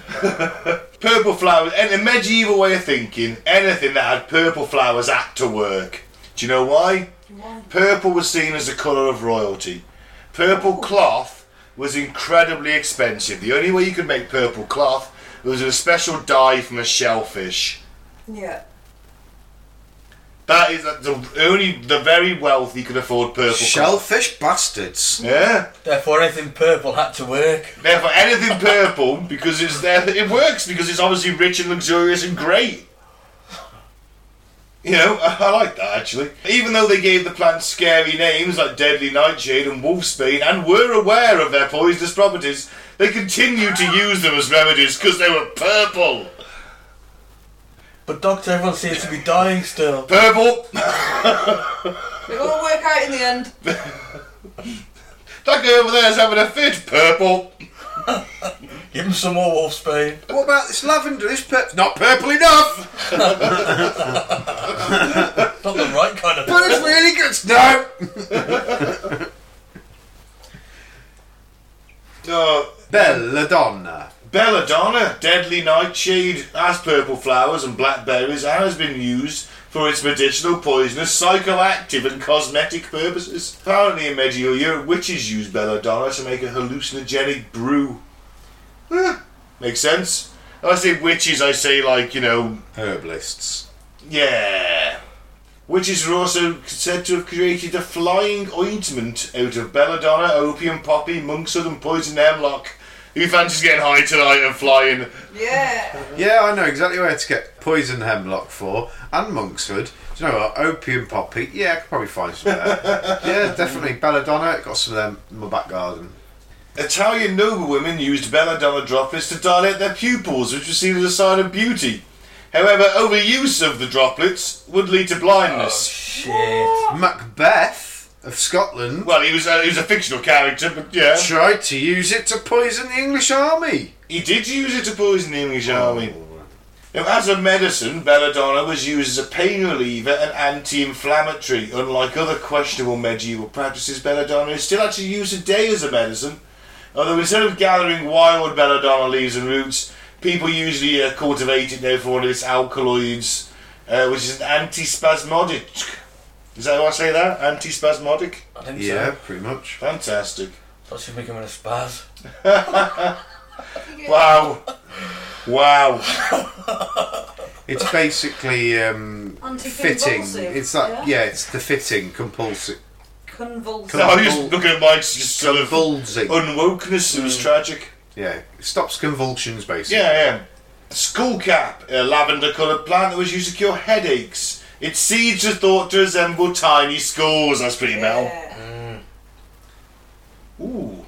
purple flowers and a medieval way of thinking. Anything that had purple flowers had to work. Do you know why?
Why?
Purple was seen as the colour of royalty. Purple cloth was incredibly expensive. The only way you could make purple cloth was with a special dye from a shellfish.
Yeah.
That is uh, the only the very wealthy could afford purple cloth.
Shellfish bastards.
Yeah.
Therefore, anything purple had to work.
Therefore, anything purple because it's there. It works because it's obviously rich and luxurious and great. You know, I, I like that actually. Even though they gave the plants scary names like Deadly Nightshade and Wolfsbane and were aware of their poisonous properties, they continued to use them as remedies because they were purple.
But Doctor, everyone seems to be dying still.
Purple!
It'll all work out in the end.
That guy over there is having a fit. Purple!
Give him some more wolfsbane.
What about this lavender? This purple. Not purple enough!
Not the right kind of
But it's really good. No!
Uh,
Belladonna.
Belladonna, deadly nightshade, as purple flowers and blackberries, and has been used for its medicinal, poisonous, psychoactive, and cosmetic purposes. Apparently, in medieval Europe, witches used belladonna to make a hallucinogenic brew. Eh, makes sense. When I say witches, I say like you know,
Herbalists.
yeah. Witches are also said to have created a flying ointment out of belladonna, opium poppy, monkshood, and poison hemlock. Who fancies getting high tonight and flying?
Yeah.
Yeah, I know exactly where to get poison hemlock for and monkshood. Do you know what? Opium poppy. Yeah, I could probably find some there. yeah, definitely. Belladonna. Got some of them in my back garden.
Italian noblewomen used belladonna droplets to dilate their pupils, which was seen as a sign of beauty. However, overuse of the droplets would lead to blindness.
shit.
Macbeth of Scotland
Well, um, he was a, he was a fictional character, but yeah,
tried to use it to poison the English army.
he did use it to poison the English army. Now, as a medicine, belladonna was used as a pain reliever and anti-inflammatory. Unlike other questionable medieval practices, belladonna is still actually used today as a medicine. Although instead of gathering wild belladonna leaves and roots, people usually uh, cultivate it now for one of its alkaloids, uh, which is an antispasmodic. Is that how I say that? Antispasmodic.
I think so.
Yeah, pretty much.
Fantastic.
Thought she'd make him in a spaz.
Wow. Wow.
It's basically um, fitting.
Anti-convulsive,
It's that
yeah?
yeah? it's the fitting compulsive
Convulsed.
No, I'm just looking at Mike's just sort of
convulsing.
unwokeness. It was tragic.
Yeah, it stops convulsions basically.
Yeah, yeah. Skullcap, a lavender coloured plant that was used to cure headaches. Its seeds are thought to resemble tiny skulls. That's pretty metal.
Yeah.
Ooh,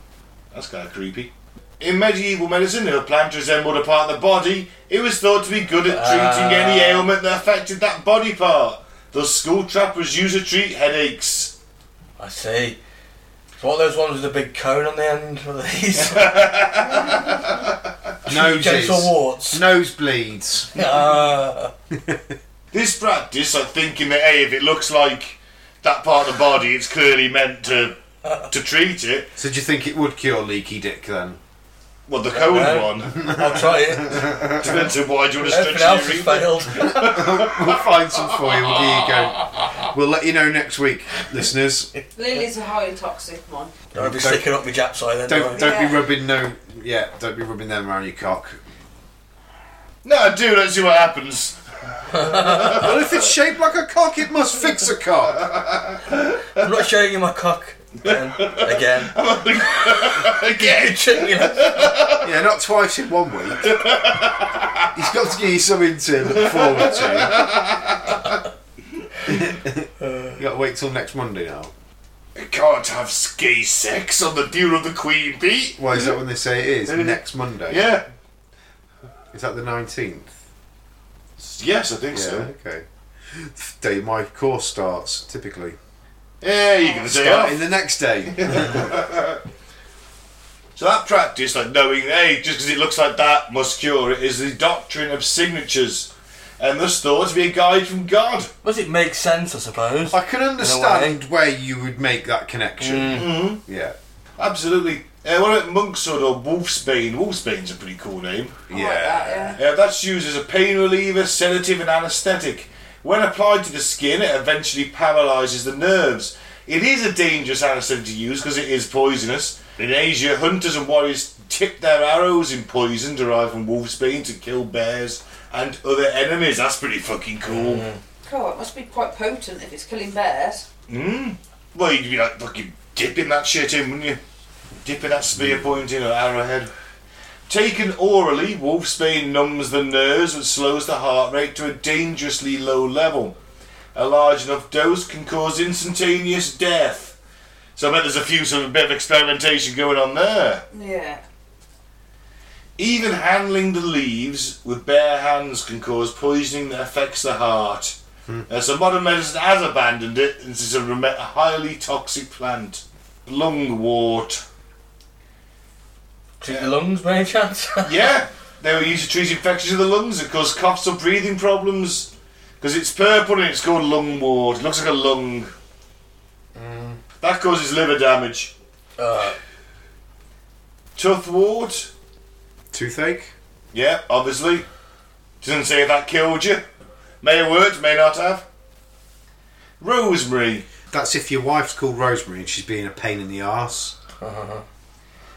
that's kind of creepy. In medieval medicine, if a plant resembled a part of the body, it was thought to be good at treating any
Ah.
ailment that affected that body part. Thus, school trap was used to treat headaches.
I see. It's one of those ones with a big cone on the end of these. Gentle
Noses.
warts.
Nosebleeds.
Ah.
This practice of thinking that hey, if it looks like that part of the body, it's clearly meant to to treat it.
So do you think it would cure leaky dick then?
Well, the cone
Yeah.
one
I'll try it.
depends on why do you want to
Everything
stretch
else
your
has
urethra.
failed.
We'll find some for you. We'll give you a go. We'll let you know next week, listeners.
Lily's a highly toxic one.
I'll be sticking up my japs eye then.
Don't
won't I?
don't be
Yeah.
rubbing no. Yeah, don't be rubbing them around your cock.
No, do let's see what happens.
Well, if it's shaped like a cock, it must fix a cock.
I'm not showing you my cock. Again. Again.
Again,
You know,
Yeah, not twice in one week. He's got to give you something to look forward to. eh? you got to wait till next Monday now.
I can't have gay sex on the deal of the Queen Bee.
Why is that when they say it is next Monday?
Yeah.
Is that the nineteenth?
Yes, I think
Yeah.
so.
Okay. The day my course starts typically.
Yeah, you can say
Starting
off.
the next day.
So that practice, like knowing, hey, just because it looks like that must cure it, is the doctrine of signatures, and thus thought to be a guide from God.
does it make sense, I suppose?
I can understand where you would make that connection. Mm-hmm. Yeah.
Absolutely. Uh, what about monkshood or wolfsbane? Wolfsbane's a pretty cool name.
I like that, yeah.
Uh, that's used as a pain reliever, sedative, and anaesthetic. When applied to the skin, it eventually paralyses the nerves. It is a dangerous anaesthetic to use because it is poisonous. In Asia, hunters and warriors tip their arrows in poison derived from wolfsbane to kill bears and other enemies. That's pretty fucking cool.
Oh, it must be quite potent if it's killing bears.
Well, you'd be like fucking dipping that shit in, wouldn't you? Dipping that spear point in or arrowhead. Taken orally, wolfsbane numbs the nerves and slows the heart rate to a dangerously low level. A large enough dose can cause instantaneous death. So I bet there's a few sort of bit of experimentation going on there.
Yeah.
Even handling the leaves with bare hands can cause poisoning that affects the heart. Uh, so modern medicine has abandoned it, and it's a, rem- a highly toxic plant. Lungwort.
Treat your lungs by any chance?
Yeah, they were used to treat infections of the lungs that cause coughs or breathing problems. Because it's purple and it's called lungwort. It looks like a lung. That causes liver damage.
uh,
Toothwort.
Toothache.
Yeah, obviously. Doesn't say if that killed you. May have worked, may not have. Rosemary.
That's if your wife's called Rosemary and she's being a pain in the arse.
A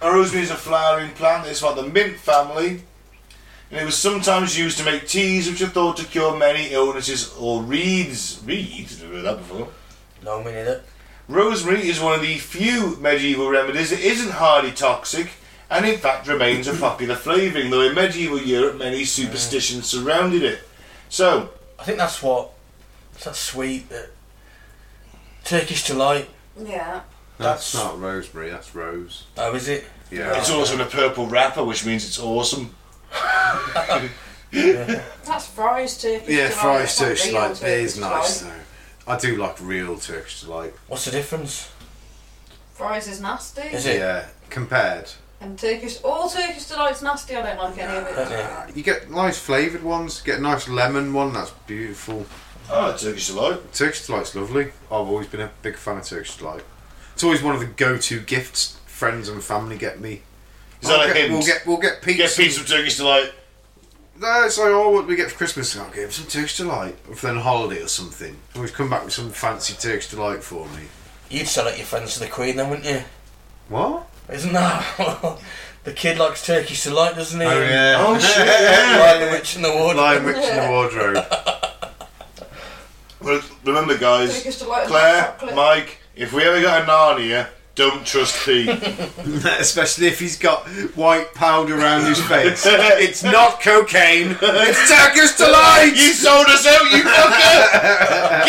rosemary is a flowering plant. It's like the mint family. And it was sometimes used to make teas, which are thought to cure many illnesses or reeds. Reeds? Never heard that before.
no, we need it.
Rosemary is one of the few medieval remedies that isn't highly toxic and in fact remains a popular flavouring, though in medieval Europe many superstitions surrounded it. So,
I think that's what. It's that sweet that. Turkish delight.
Yeah.
That's,
That's-
not Rosemary, that's Rose.
Oh, is it?
Yeah.
it's also in a purple wrapper, which means it's awesome.
That's fries turkey.
yeah,
delight,
fries
that's not
Turkish
real
delight it is
Turkish
nice
delight.
though. I do like real Turkish delight.
What's the difference?
Fries is nasty.
Is it?
Yeah, compared.
And Turkish, all Turkish delight's nasty. I don't like any of it.
Yeah.
You get nice flavoured ones. Get a nice lemon one. That's beautiful.
Oh, Turkish delight.
Turkish delight's lovely. I've always been a big fan of Turkish delight. It's always one of the go-to gifts friends and family get me.
Is that
I'll
a
get-
hint?
We'll get we'll get pizza.
Get pizza from Turkish delight.
No, it's like oh, what do we get for Christmas? I'll give some Turkish delight. If they're on holiday or something, always come back with some fancy Turkish delight for me.
You'd sell out your friends to the Queen then, wouldn't you?
What?
Isn't that? the kid likes Turkish delight, doesn't he?
Oh yeah.
Oh, shit.
Lion, the witch, and the ward.
Lion Witch in the Wardrobe.
Well, remember, guys,
Turkish delight. is
Claire,
chocolate.
Mike, if we ever got a Narnia, don't trust Pete.
Especially if he's got white powder around his face. It's not cocaine. It's Turkish
you
delight.
sold us out, you fucker!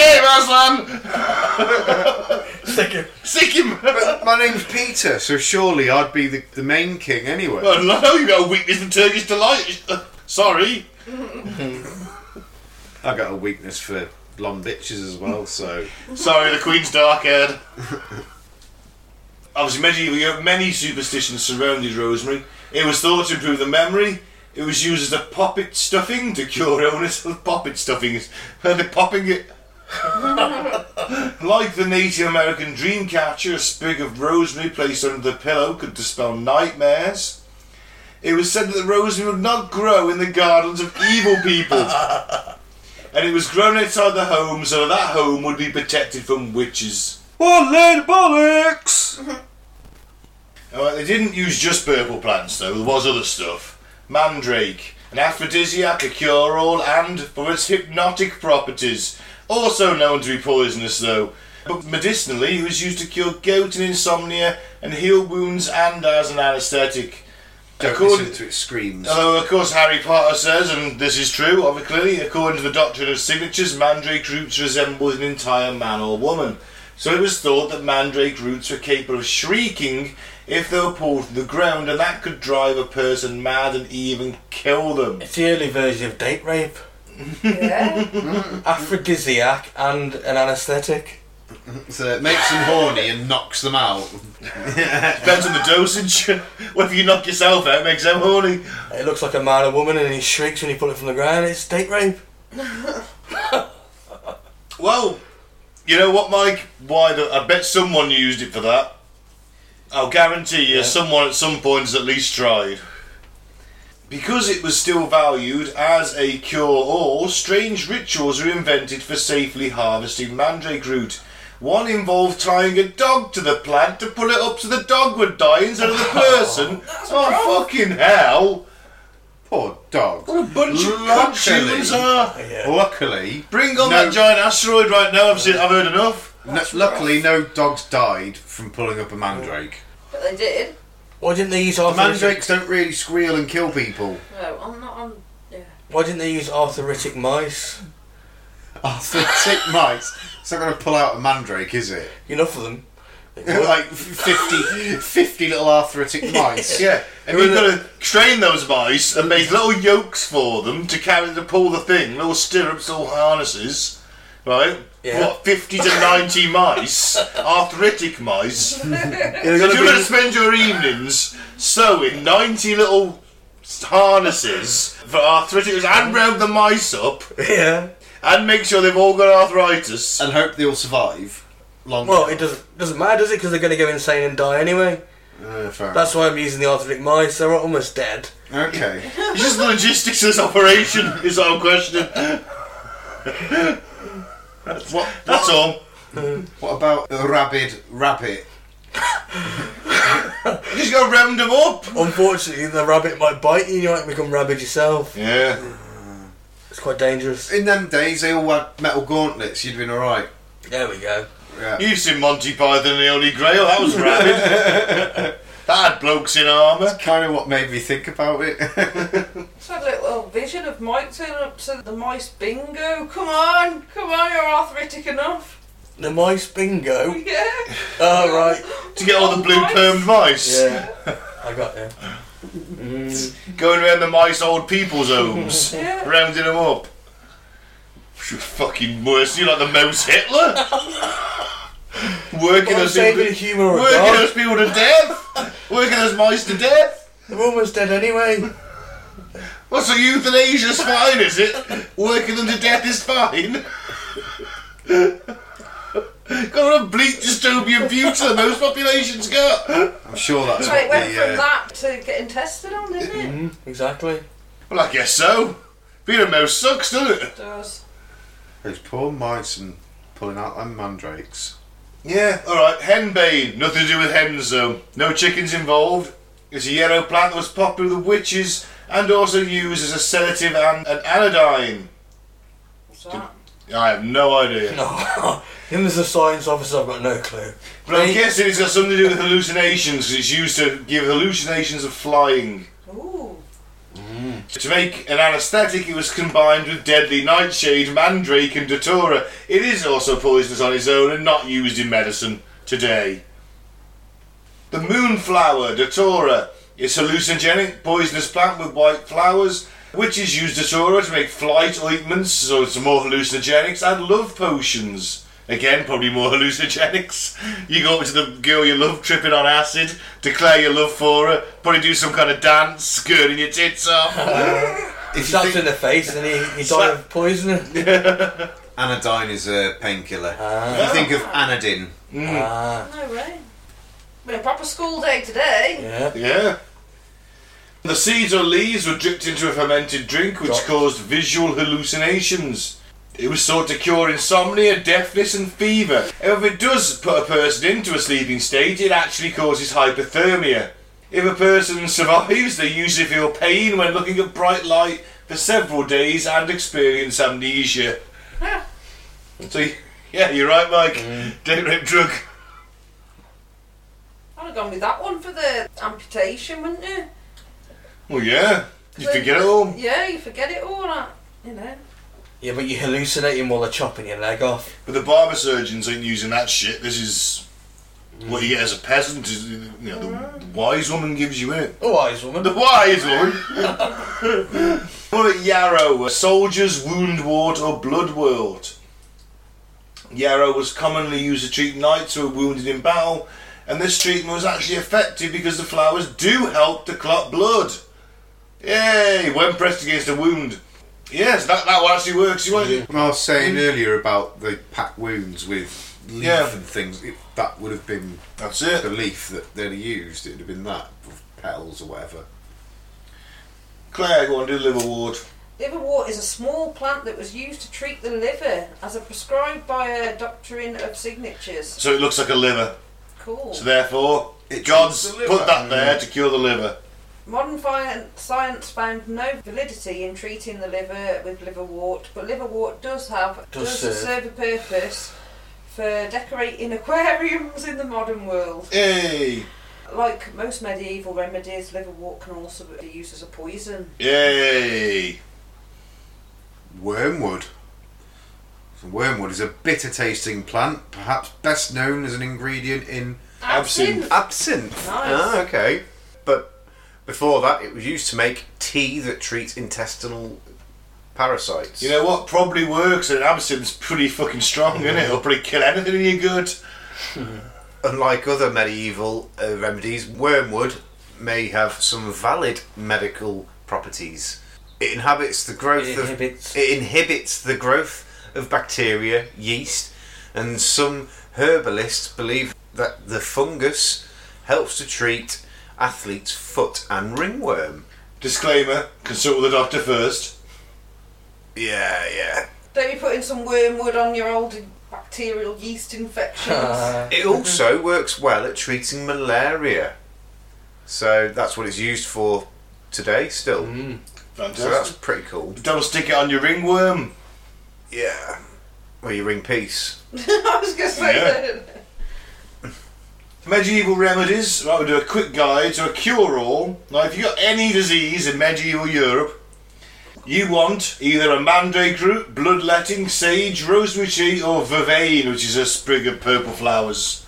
Get him, Aslan!
Sick him.
Sick him!
But my name's Peter, so surely I'd be the, the main king anyway.
Well, no, you got a weakness for Turkish delight. Sorry.
I got a weakness for blonde bitches as well, so
Sorry, the Queen's dark haired. Obviously, many, we have many superstitions surrounded Rosemary. It was thought to improve the memory. It was used as a poppet stuffing to cure illness. poppet stuffings. And they're popping it. like the Native American dream catcher, a sprig of rosemary placed under the pillow could dispel nightmares. It was said that the rosemary would not grow in the gardens of evil people and it was grown outside the home so that home would be protected from witches.
One lady bollocks!
Alright, they didn't use just purple plants though, there was other stuff. Mandrake, an aphrodisiac, a cure all, and for its hypnotic properties. Also known to be poisonous though, but medicinally it was used to cure gout and insomnia and heal wounds and as an anaesthetic.
Don't
According- Uh,
listen to its screams.
Although, of course, Harry Potter says, and this is true, obviously, according to the doctrine of signatures, mandrake roots resembled an entire man or woman. So it was thought that mandrake roots were capable of shrieking if they were pulled from the ground, and that could drive a person mad and even kill them.
It's the early version of date rape.
Yeah.
Aphrodisiac and an anaesthetic.
So it uh, makes them horny and knocks them out.
Depends on the dosage. Whether you knock yourself out, it makes them horny.
It looks like a man or woman and he shrieks when you pull it from the ground. It's date rape.
Well, you know what, Mike? Why the, I bet someone used it for that. I'll guarantee you, someone at some point has at least tried. Because it was still valued as a cure-all, strange rituals were invented for safely harvesting mandrake root. One involved tying a dog to the plant to pull it up so the dog would die instead of the person. oh fucking hell!
Poor dog.
What a bunch of cunt humans are!
Yeah.
Luckily,
Bring on
No.
that giant asteroid right now. I've seen, I've heard enough.
no, luckily no dogs died from pulling up a mandrake.
but they did.
Why didn't they use arthritic?
Mandrakes don't really squeal and kill people.
No, I'm not on. Yeah.
Why didn't they use arthritic mice?
Oh, Athletic mice. It's not going to pull out a mandrake, is it?
Enough of them. They do it.
like 50, 50 little arthritic mice.
Yeah, and
Who
you've
are
got to train those mice and make little yokes for them to carry to pull the thing, little stirrups, little harnesses, right?
Yeah.
What fifty to ninety mice, arthritic mice. Do
They're
you
gonna
want to
be-
spend your evenings sewing ninety little harnesses for arthritic and round the mice up
yeah.
and make sure they've all got arthritis?
and hope they all survive. Long.
Well, it doesn't doesn't matter, does it? Because they're going to go insane and die anyway.
Uh, fair
That's why I'm using the arthritic mice. They're almost dead.
enough. okay.
It's just the logistics of this operation is our question.
what,
That's all.
what about a rabid rabbit?
You just go round them up.
Unfortunately, the rabbit might bite you. and You might become rabid yourself.
Yeah.
It's quite dangerous.
In them days, they all had metal gauntlets. You'd been all right.
There we go.
Yeah.
You've seen Monty Python and the Holy Grail, that was rabid. that had blokes in armour.
kind of what made me think about it.
Just had a little vision of Mike turning up to the mice bingo. Come on, come on, you're arthritic enough.
The mice bingo.
Yeah.
Oh, right.
To get all the blue permed mice.
Yeah. I got you.
Going round the mice old people's homes.
Yeah.
rounding them up. You're fucking worse, you're like the mouse Hitler. Working
Well, I'm
those
saying
people
with
to,
humour or
working
not,
those people to death. Working those mice to death.
they're almost dead anyway.
What's a euthanasia's fine, is it? Working them to death is fine. Got a bleak dystopian future most population's got.
I'm sure that's
So it
what
went
the.
from
Uh,
that to getting tested on, didn't it?
Hmm, Exactly.
Well, I guess so. Being a mouse sucks, doesn't it?
Does.
those poor mice and pulling out them mandrakes.
Yeah. All right, henbane. Nothing to do with hens, though. No chickens involved. It's a yellow plant that was popular with witches and also used as a sedative and an anodyne.
What's that?
I have no idea.
No. Him as a science officer, I've got no clue.
But I'm
They-
guessing it's got something to do with hallucinations, 'cause it's used to give hallucinations of flying.
Ooh.
To make an anaesthetic, it was combined with deadly nightshade, mandrake, and datura. It is also poisonous on its own and not used in medicine. today. The moonflower datura is a hallucinogenic, poisonous plant with white flowers, which is used datura to make flight ointments, so it's more hallucinogenics, and love potions. Again, probably more hallucinogenics. You go up to the girl you love tripping on acid, declare your love for her, probably do some kind of dance, skirting your tits off.
If you
Slapped
think-
in the face and he, he died of poisoning.
Anodyne is a painkiller. you think of anodine.
Ah,
No way. Been a proper school day today.
yeah.
Yeah. The seeds or leaves were dipped into a fermented drink which
Got-
caused visual hallucinations. It was sought to cure insomnia, deafness, and fever. If it does put a person into a sleeping state, it actually causes hypothermia. If a person survives, they usually feel pain when looking at bright light for several days and experience amnesia.
Yeah.
So, y- yeah, you're right, Mike. Don't rip drug.
I'd have gone with that one for the amputation, wouldn't you?
Well, yeah. You forget it all.
Yeah, you forget it all. That, you know.
Yeah, but you're hallucinating while they're chopping your leg off.
But the barber surgeons ain't using that shit. This is what you get as a peasant. Is, you know, the, the wise woman gives you it.
Oh, wise woman.
The wise woman. what at yarrow? A soldier's wound wart or blood wart. Yarrow was commonly used to treat knights who were wounded in battle, and this treatment was actually effective because the flowers do help to clot blood. Yay! When pressed against a wound. Yes, that, that one actually works. You won't.
When I was saying earlier about the pack wounds with leaf
Mm. Yeah.
and things, it, that would have been
That's it.
the leaf that they'd have used. It would have been that, with petals or whatever.
Claire, go on, do liver ward.
Liverwort is a small plant that was used to treat the liver as a prescribed by a doctrine of signatures.
So it looks like a liver.
Cool.
So therefore,
It
God's
treats the liver.
put that there to cure the liver.
Modern fi- science found no validity in treating the liver with liverwort, but liverwort does have
Does
does, serve.
serve.
a purpose for decorating aquariums in the modern world.
Yay!
Like most medieval remedies, liverwort can also be used as a poison.
Yay!
Wormwood. So wormwood is a bitter tasting plant, perhaps best known as an ingredient in
Absinthe.
absinthe. Ah, okay. But before that, it was used to make tea that treats intestinal parasites.
You know what? Probably works, and absinthe's pretty fucking strong, isn't it? It'll probably kill anything in your gut.
unlike other medieval uh, remedies, wormwood may have some valid medical properties. It inhabits the growth
It inhibits.
of it inhibits the growth of bacteria, yeast, and some herbalists believe that the fungus helps to treat athlete's foot and ringworm.
Disclaimer: consult with a doctor first.
Yeah, yeah.
Don't be putting some wormwood on your old bacterial yeast infections.
Ah.
It also works well at treating malaria. So that's what it's used for today still.
Mm.
So that's
Fantastic.
pretty cool.
Don't stick it on your ringworm.
Yeah. Well, you ring peace.
I was going to say
Yeah.
that.
Medieval remedies. Right, we'll do a quick guide to a cure-all. Now, if you got any disease in medieval Europe, you want either a mandrake root, bloodletting, sage, rosemary tree, or vervain, which is a sprig of purple flowers.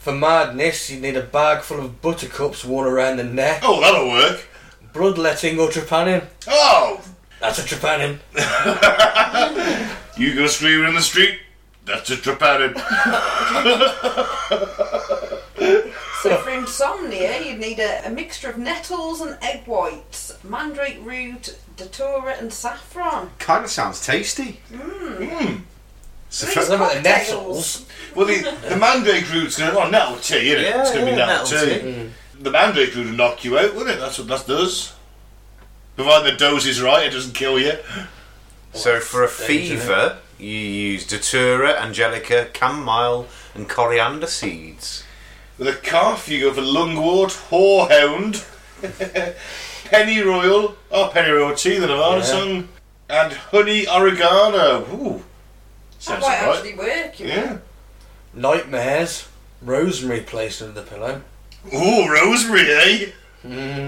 For madness, you need a bag full of buttercups worn around the neck,
Oh, that'll work.
bloodletting or trepanning.
Oh,
That's a trepanning.
you go screaming in the street. That's a trepanning.
So for insomnia, you'd need a, a mixture of nettles and egg whites, mandrake root, datura, and saffron.
Kind of sounds tasty. Mmm. It's a
Nice.
Some
fe-
of the
Cocktails.
nettles.
Well, the, the mandrake root's going to, oh, nettle tea, isn't it?
Yeah,
it's going to be
yeah,
nettle,
nettle
tea. Mm. The mandrake root will knock you out, wouldn't it? That's what that does. Provided the dose is right, it doesn't kill you.
so for a
dangerous.
fever, you use datura, angelica, chamomile, and coriander seeds.
With a calf, you go for lungwort, whorehound, pennyroyal, oh, pennyroyal tea, the Nirvana
Yeah.
song, and honey oregano. Ooh,
That
sounds
might
all right.
actually work. You know.
Yeah.
Nightmares. Rosemary placed under the pillow.
Ooh, rosemary, eh?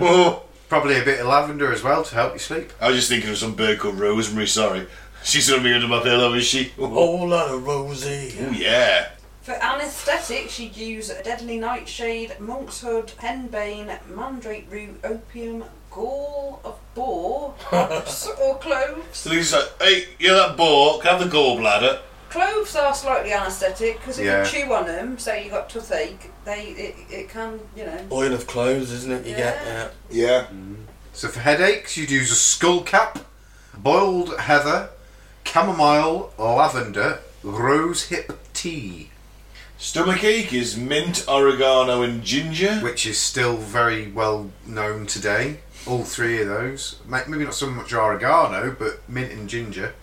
Oh,
Probably a bit of lavender as well to help you sleep.
I was just thinking of some bird called
Oh.
Rosemary, sorry. She's going to be under my pillow, is she? Ooh.
Whole lot of rosy.
Ooh, yeah.
For anaesthetics, you'd use deadly nightshade, monkshood, henbane, mandrake root, opium, gall of boar, hops, or cloves.
So he's like, hey, you're that boar, can I have the gallbladder?
Cloves are slightly anaesthetic because if
Yeah.
you chew on them, say you got toothache, they it, it can you know.
Oil of cloves, isn't it? You get yeah.
Yeah.
Yeah.
So for headaches, you'd use a skull cap, boiled heather, chamomile, lavender, rose hip tea,
Stomach ache is mint, oregano, and ginger.
which is still very well known today. All three of those. Ma- Maybe not so much oregano, but mint and ginger.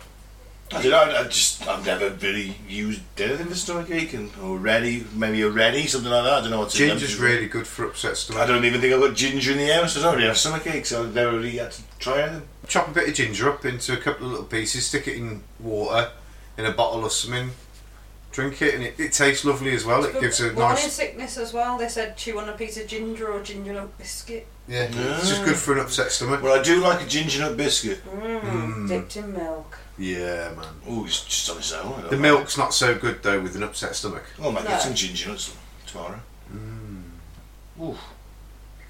I don't know. I just I've never really used anything for stomach ache and or ready, maybe a ready something like that. I don't know what's in them.
Ginger's really good for upset stomach.
I don't even think I've got ginger in the house. I don't really have stomach ache, so I've never really had to try anything.
chop a bit of ginger up into a couple of little pieces, stick it in water in a bottle or something, drink it, and it, it tastes lovely as well. It gives a
Well, in
nice.
sickness as well, they said chew on a piece of ginger or ginger nut biscuit
Yeah, it's just good for an upset stomach.
Well, I do like a ginger nut biscuit.
Mm,
Mm.
dipped in milk.
Yeah, man.
Oh, it's just on its own. I don't
The
like
milk's not so good though with an upset stomach.
it. Oh, I might
No.
get some ginger nuts tomorrow. Mmm. Ooh.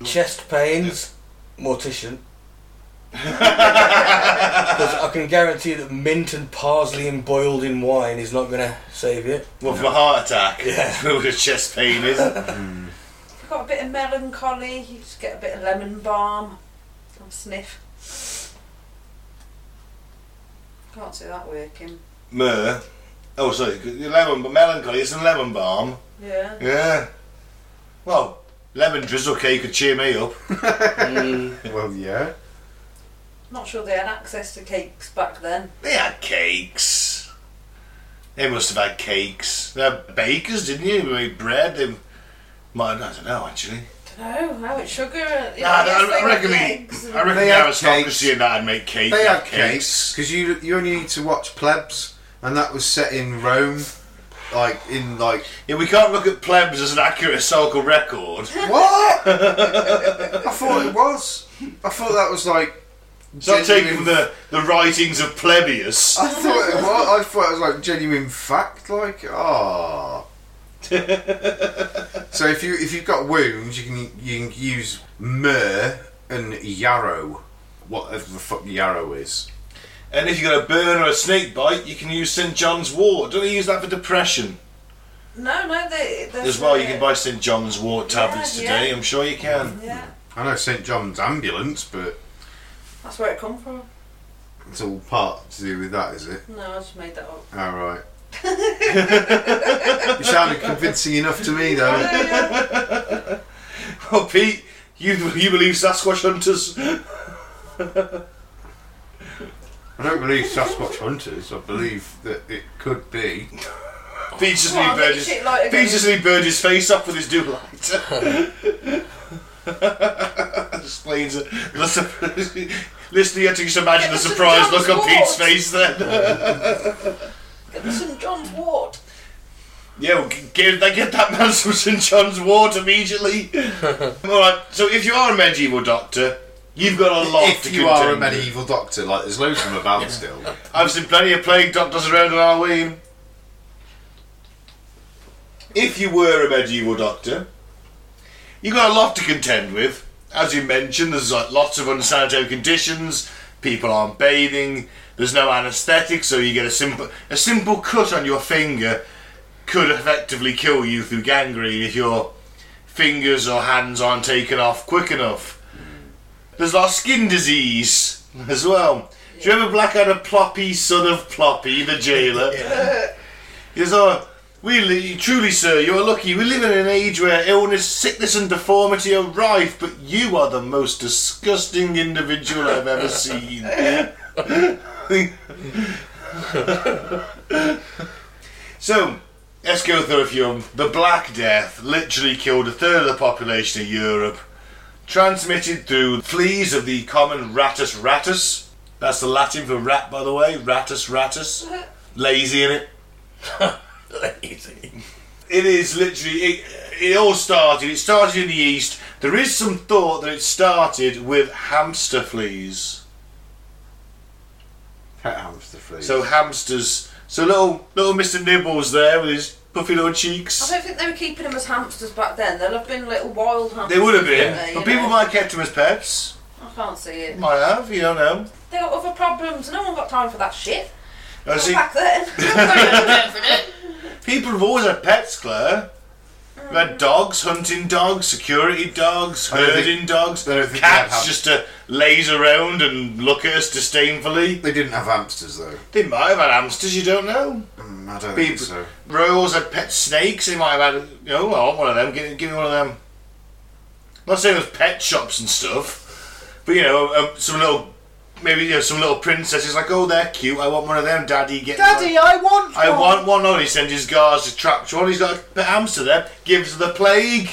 Chest pains, mortician. Because I can guarantee that mint and parsley and boiled in wine is not going to save you.
Well, from a heart attack.
Yeah.
what a chest pain is.
If you've got a bit of melancholy, you just get a bit of lemon balm. Have a sniff. Can't see that working.
Myrrh. Oh, sorry. the Lemon, but melancholy. It's a lemon balm.
Yeah.
Yeah. Well, lemon drizzle cake could cheer me up.
Well, yeah.
Not sure they had access to cakes back then.
They had cakes. They must have had cakes. They had bakers, didn't you? They made bread. They might. I don't know actually.
Dunno, how much sugar? uh, you
Nah,
know, yes,
I,
they
I
had
reckon.
eggs
The,
and-
I reckon
They
the
had
aristocracy
cakes.
and that'd make cakes.
They have cakes because you you only need to watch Plebs, and that was set in Rome, like in like
Yeah, we can't look at plebs as an accurate historical record.
what? I thought it was. I thought that was like.
It's not taken
genuine
from the, the writings of Plebeius.
I thought it was. I thought it was like genuine fact. Like, ah. so if you if you've got wounds, you can you can use myrrh and yarrow, whatever the fuck yarrow is.
And if you got a burn or a snake bite, you can use St John's wort. Don't they use that for depression
No, no, they. they-
as well? You can buy St John's wort
Yeah,
tablets
yeah.
today. I'm sure you can.
Yeah,
I know St John's ambulance, but
that's where it come from.
it's all part to do with that, is it?
No, I just made that up.
All right. you sounded convincing enough to me, though.
Yeah, yeah.
Oh, Pete, you you believe Sasquatch hunters?
I don't believe Sasquatch hunters. I believe that it could be.
Pete's just
Come
need
on, make
bird. his-
shit light again.
Pete's just need bird his face off with his do light. Explains it. Listening, you have to just imagine the
Get the St.
surprised
John's
look on Pete's
wort.
face then.
Get the St John's wort.
Yeah, well, g- get, they get that man some St John's wort immediately. All right. So if you are a medieval doctor, you've got a lot
If
to
you are a
contend with.
medieval doctor, like there's loads of them about still.
I've seen plenty of plague doctors around on Halloween. If you were a medieval doctor, you got a lot to contend with. As you mentioned, there's like lots of unsanitary conditions. People aren't bathing. There's no anaesthetic, so you get a simple a simple cut on your finger could effectively kill you through gangrene if your fingers or hands aren't taken off quick enough. There's a lot of skin disease as well. Do you remember Blackadder Ploppy, son of Ploppy, the jailer? He says, oh, we li- truly, sir, you are lucky. We live in an age where illness, sickness, and deformity are rife, but you are the most disgusting individual I've ever seen. so, let's go through a few. The Black Death literally killed a third of the population of Europe, transmitted through fleas of the common ratus ratus. That's the Latin for rat, by the way. Ratus ratus. Lazy in it
Easy.
it is literally it, it all started it started in the east there is some thought that it started with hamster fleas
Pet hamster fleas.
so hamsters so little little mr nibbles there with his puffy little cheeks.
I don't think they were keeping them as hamsters back then. They'll have been little wild hamsters.
They would have been,
wouldn't they,
but
you
people
know?
might have kept them as pets.
I can't see it.
Might have, you don't know.
They got other problems. No one got time for that shit.
I
Not
see,
back then. That's
people have always had pets, Claire. We've had dogs, hunting dogs, security dogs,
I don't think-
herding dogs,
I don't think they
cats
have-
just to laze around and look at us disdainfully.
They didn't have hamsters though.
They might have had hamsters, you don't know.
Mm, I don't think
People-
so.
Royals had pet snakes. They might have had, you know, I want one of them. Give, give me one of them. I'm not saying there's pet shops and stuff, but you know, um, some little, maybe you know, some little princesses like, oh, they're cute. I want one of them. Daddy, get. one."
I want.
I want one. Oh, he sends his guards to trap one. He's got a pet hamster. There gives her the plague.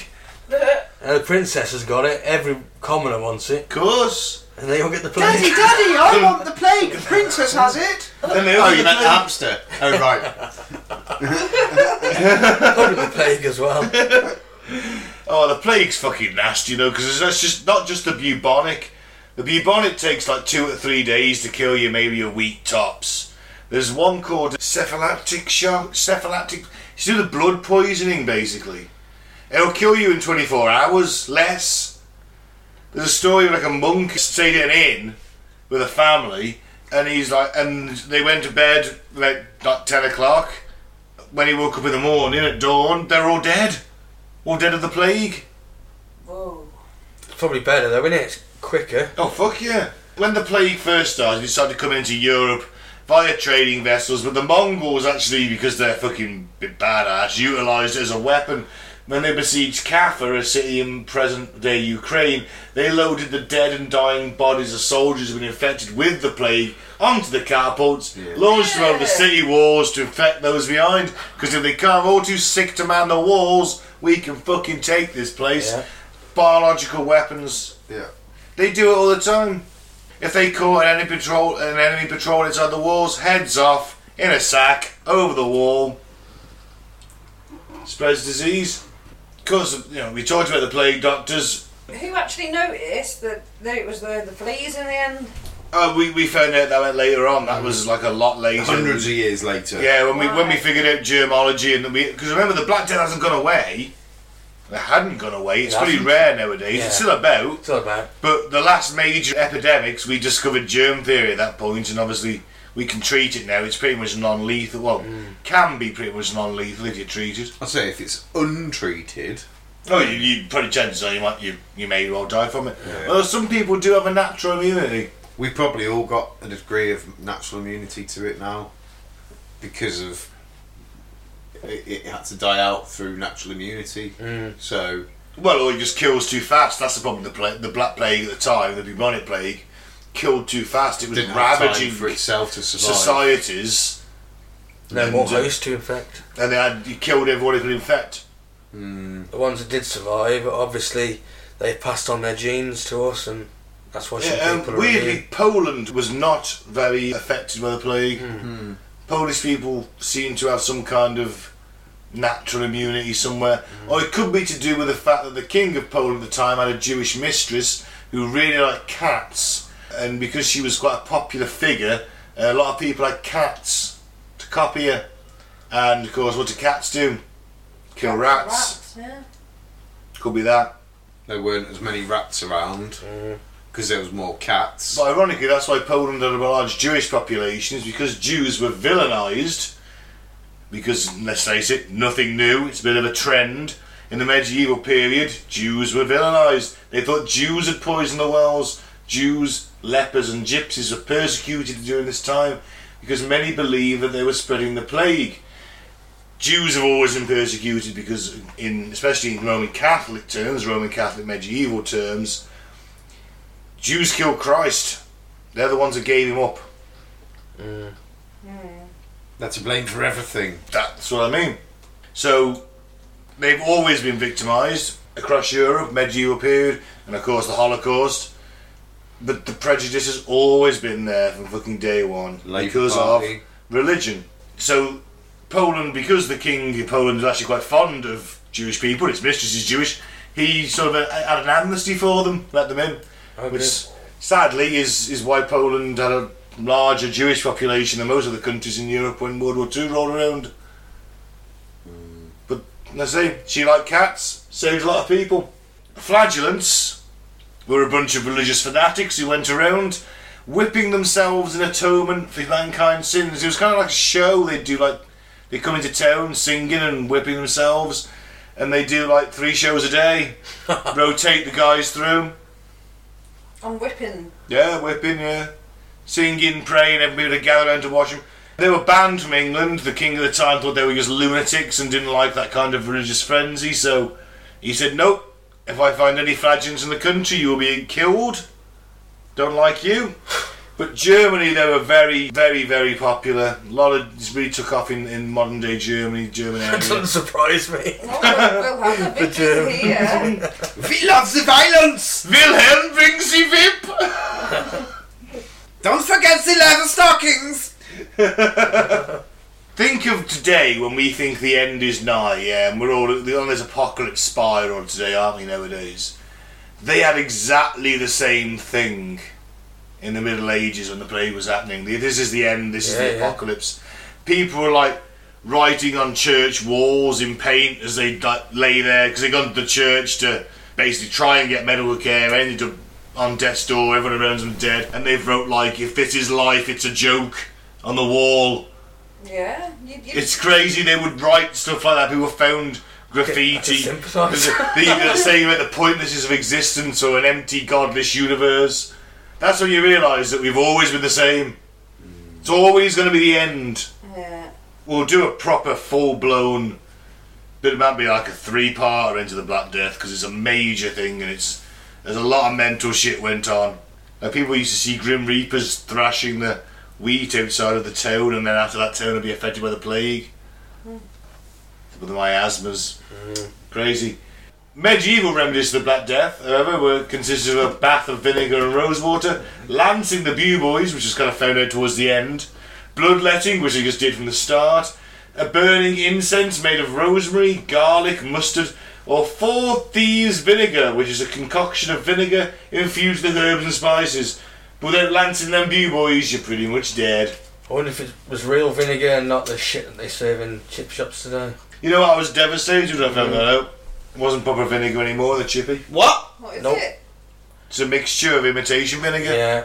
And the princess has got it. Every commoner wants it,
Of course.
and they all get the plague.
Daddy, I want the plague. The princess has it.
Then they all
Oh,
get
you
the
meant the
plague.
hamster? Oh, right.
Probably the plague as well.
Oh, the plague's fucking nasty though, because that's just not just the bubonic. The bubonic takes like two or three days to kill you, maybe a week tops. There's one called cephalactic shock. Cephalactic. It's do the blood poisoning basically. It'll kill you in 24 hours, less. There's a story of like a monk stayed in an inn with a family, and he's like, and they went to bed like, like 10 o'clock. When he woke up in the morning at dawn, they're all dead. All dead of the plague.
Whoa.
Probably better though, isn't it? It's quicker.
Oh fuck yeah! When the plague first started, it started coming into Europe via trading vessels, but the Mongols actually, because they're fucking bit badass, utilised it as a weapon. When they besieged Kaffa, a city in present-day Ukraine, they loaded the dead and dying bodies of soldiers who'd been infected with the plague onto the catapults, launched them over the
Yeah.
city walls to infect those behind. Because if they come all too sick to man the walls, we can fucking take this place.
Yeah.
Biological weapons
Yeah.
they do it all the time. If they caught an enemy patrol, an enemy patrol inside the walls, heads off in a sack over the wall. Spreads disease. Because you know we talked about the plague doctors.
Who actually noticed that, that it was the, the fleas in the end?
Oh, we, we found out that went later on. That was like a lot later.
Hundreds of years later.
Yeah, when we when we
Right.
figured out germology and we because remember the black death hasn't gone away. It hadn't gone away. It's
It
pretty
hasn't.
rare nowadays. It's
Yeah.
still about.
It's not bad.
But the last major epidemics, we discovered germ theory at that point, and obviously we can treat it now. It's pretty much non-lethal. Well, can be pretty much non-lethal if you treat it.
I'd say if it's untreated,
Oh, you, you probably chances are you might you, you may well die from it. Although some people do have a natural immunity.
we probably all got a degree of natural immunity to it now because of it, it had to die out through natural immunity. So
Well, or it just kills too fast. That's the problem. The pla- the black plague at the time, the bubonic plague, killed too fast. It was
didn't have time
ravaging
for itself to survive.
societies,
No more
And, uh,
hosts to infect.
and they had it killed everyone it could infect.
The ones that did survive, obviously, they passed on their genes to us, and that's why some
Yeah, um,
people are
weirdly,
immune.
Poland was not very affected by the plague. Polish people seem to have some kind of natural immunity somewhere, or it could be to do with the fact that the king of Poland at the time had a Jewish mistress who really liked cats, and because she was quite a popular figure, a lot of people had cats to copy her. And of course, what do cats do? Kill rats.
Rats, yeah.
Could be that.
there weren't as many rats around because there was more cats.
But ironically, that's why Poland had a large Jewish population, is because Jews were villainized. Because, let's face it, nothing new, it's a bit of a trend. In the medieval period, Jews were villainized. They thought Jews had poisoned the wells. Jews, lepers, and gypsies were persecuted during this time because many believed that they were spreading the plague. Jews have always been persecuted because, in especially in Roman Catholic terms, Roman Catholic medieval terms, Jews killed Christ. They're the ones that gave him up.
They're to blame for everything.
That's what I mean. So they've always been victimised across Europe, medieval period, and of course the Holocaust. But the prejudice has always been there from fucking day one
Labour
because
Party.
of religion. So Poland, because the king of Poland is actually quite fond of Jewish people, his mistress is Jewish, he sort of had an amnesty for them, let them in,
Oh,
which
good.
sadly is is why Poland had a larger Jewish population than most of the countries in Europe when World War Two rolled around. Let's see. She liked cats, saved a lot of people. Flagellants were a bunch of religious fanatics who went around whipping themselves in atonement for mankind's sins. It was kind of like a show. They'd do like, they come into town singing and whipping themselves, and they do like three shows a day, rotate the guys through.
I'm whipping.
Yeah, whipping, yeah. Singing, praying, everybody would gather around to watch them. They were banned from England. The king of the time thought they were just lunatics and didn't like that kind of religious frenzy, so he said, Nope, if I find any flagellants in the country, you will be killed. Don't like you. But Germany, they were very, very, very popular. A lot of this really took off in, in modern day Germany, German
That doesn't
area.
surprise me.
Well, we'll we'll have the victim
Germans.
here.
We love the violence!
Wilhelm brings the whip!
Don't forget the leather stockings!
Think of today when we think the end is nigh, yeah, and we're all on this apocalypse spiral today, aren't we, nowadays? They had exactly the same thing in the Middle Ages when the plague was happening. The- This is the end, this is
Yeah,
the
yeah.
apocalypse. People were like writing on church walls in paint as they like, lay there because they'd gone to the church to basically try and get medical care, ended up on death's door, everyone around them dead, and they've wrote like, if this is life, it's a joke on the wall.
Yeah. You, you,
It's crazy they would write stuff like that. People found
I just
graffiti.
sympathise.
They either saying about the pointlessness of existence or an empty, godless universe. That's when you realise that we've always been the same. It's always going to be the end.
yeah.
We'll do a proper, full blown. But it might be like a three parter into the Black Death because it's a major thing and it's there's a lot of mental shit went on. Like people used to see Grim Reapers thrashing the wheat outside of the town, and then after that town would be affected by the plague. With the miasmas, crazy. Medieval remedies to the Black Death, however, were consisted of a bath of vinegar and rosewater, lancing the Bew Boys, which is kind of found out towards the end, bloodletting, which they just did from the start, a burning incense made of rosemary, garlic, mustard, or four thieves vinegar, which is a concoction of vinegar infused with herbs and spices. But without lancing them Bew Boys, you're pretty much dead.
I wonder if it was real vinegar and not the shit that they serve in chip shops today.
You know what? I was devastated when I found that out. It wasn't proper vinegar anymore, the chippy.
What?
What is
Nope.
it?
It's a mixture of imitation vinegar.
Yeah.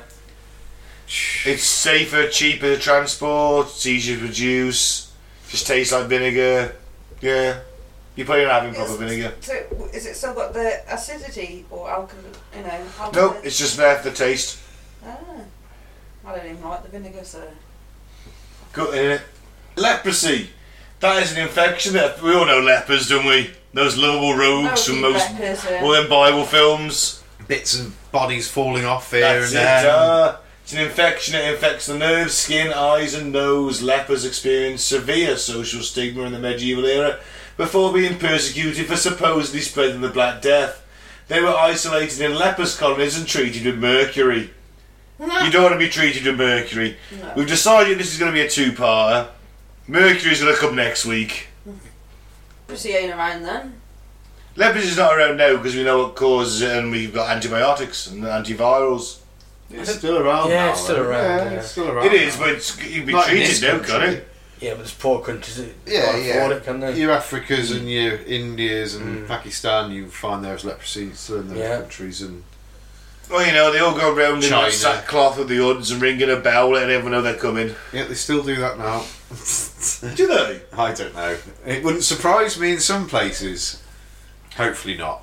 It's safer, cheaper to transport, it's easier to produce, just tastes like vinegar. Yeah. You're probably not having proper
Is-
vinegar.
So is it still got the acidity or alcohol? You know. Alcohol?
Nope, it's just there for the taste.
Ah. I don't even like the vinegar, so.
Got in it. Leprosy. That is an infection that we all know lepers, don't we? Those lovable rogues from most
Lepers,
all them Bible films.
Bits of bodies falling off here
That's
and
it.
there.
ah. it's an infection that infects the nerves, skin, eyes, and nose. Lepers experienced severe social stigma in the medieval era before being persecuted for supposedly spreading the Black Death. They were isolated in lepers' colonies and treated with mercury. You don't want to be treated with mercury.
No.
We've decided this is going to be a two-parter. Mercury's going to come next week.
Pussy ain't around then.
Leprosy is not around now because we know what causes it and we've got antibiotics and antivirals.
It's still around
Yeah,
now,
it's still
though.
around, yeah.
it's still around.
It is,
now.
but it's, it'd be
Not in
treated
this
now, can
country.
it?
Yeah, but there's poor countries that
Yeah,
can't
yeah.
afford it, can they? Mm.
Your Africas and your Indias and Pakistan, you find there's leprosy still in those
Yeah.
countries. And
Well, you know, they all go round in like
China.
sackcloth with the hoods and ringing a bell, letting everyone know they're coming.
yeah, they still do that now.
Do they?
I don't know. It wouldn't surprise me in some places. Hopefully not.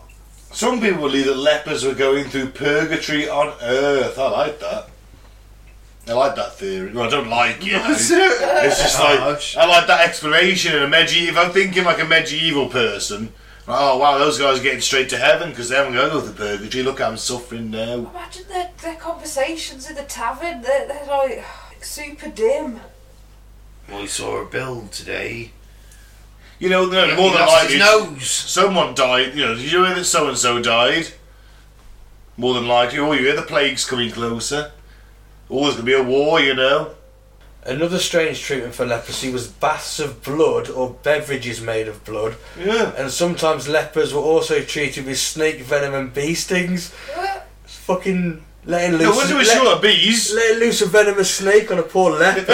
Some people believe that lepers were going through purgatory on earth. I like that. I like that theory. Well, I don't like it. though. It's just like
Gosh.
I like that explanation in a medieval. If I'm thinking like a medieval person, like, oh wow, those guys are getting straight to heaven because they haven't got to go through purgatory. Look, I'm suffering now.
Imagine their, their conversations in the tavern. They're, they're like super dim.
I saw a bill today.
You know, no, more than
lost
likely,
his nose.
someone died. You know, did you hear that so and so died? More than likely, or you hear the plague's coming closer. Or there's gonna be a war, you know.
Another strange treatment for leprosy was baths of blood or beverages made of blood,
Yeah.
and sometimes lepers were also treated with snake venom and bee stings. It's fucking letting
No
loose.
wonder we're
let-
short of bees.
Let loose a venomous snake on a poor leper,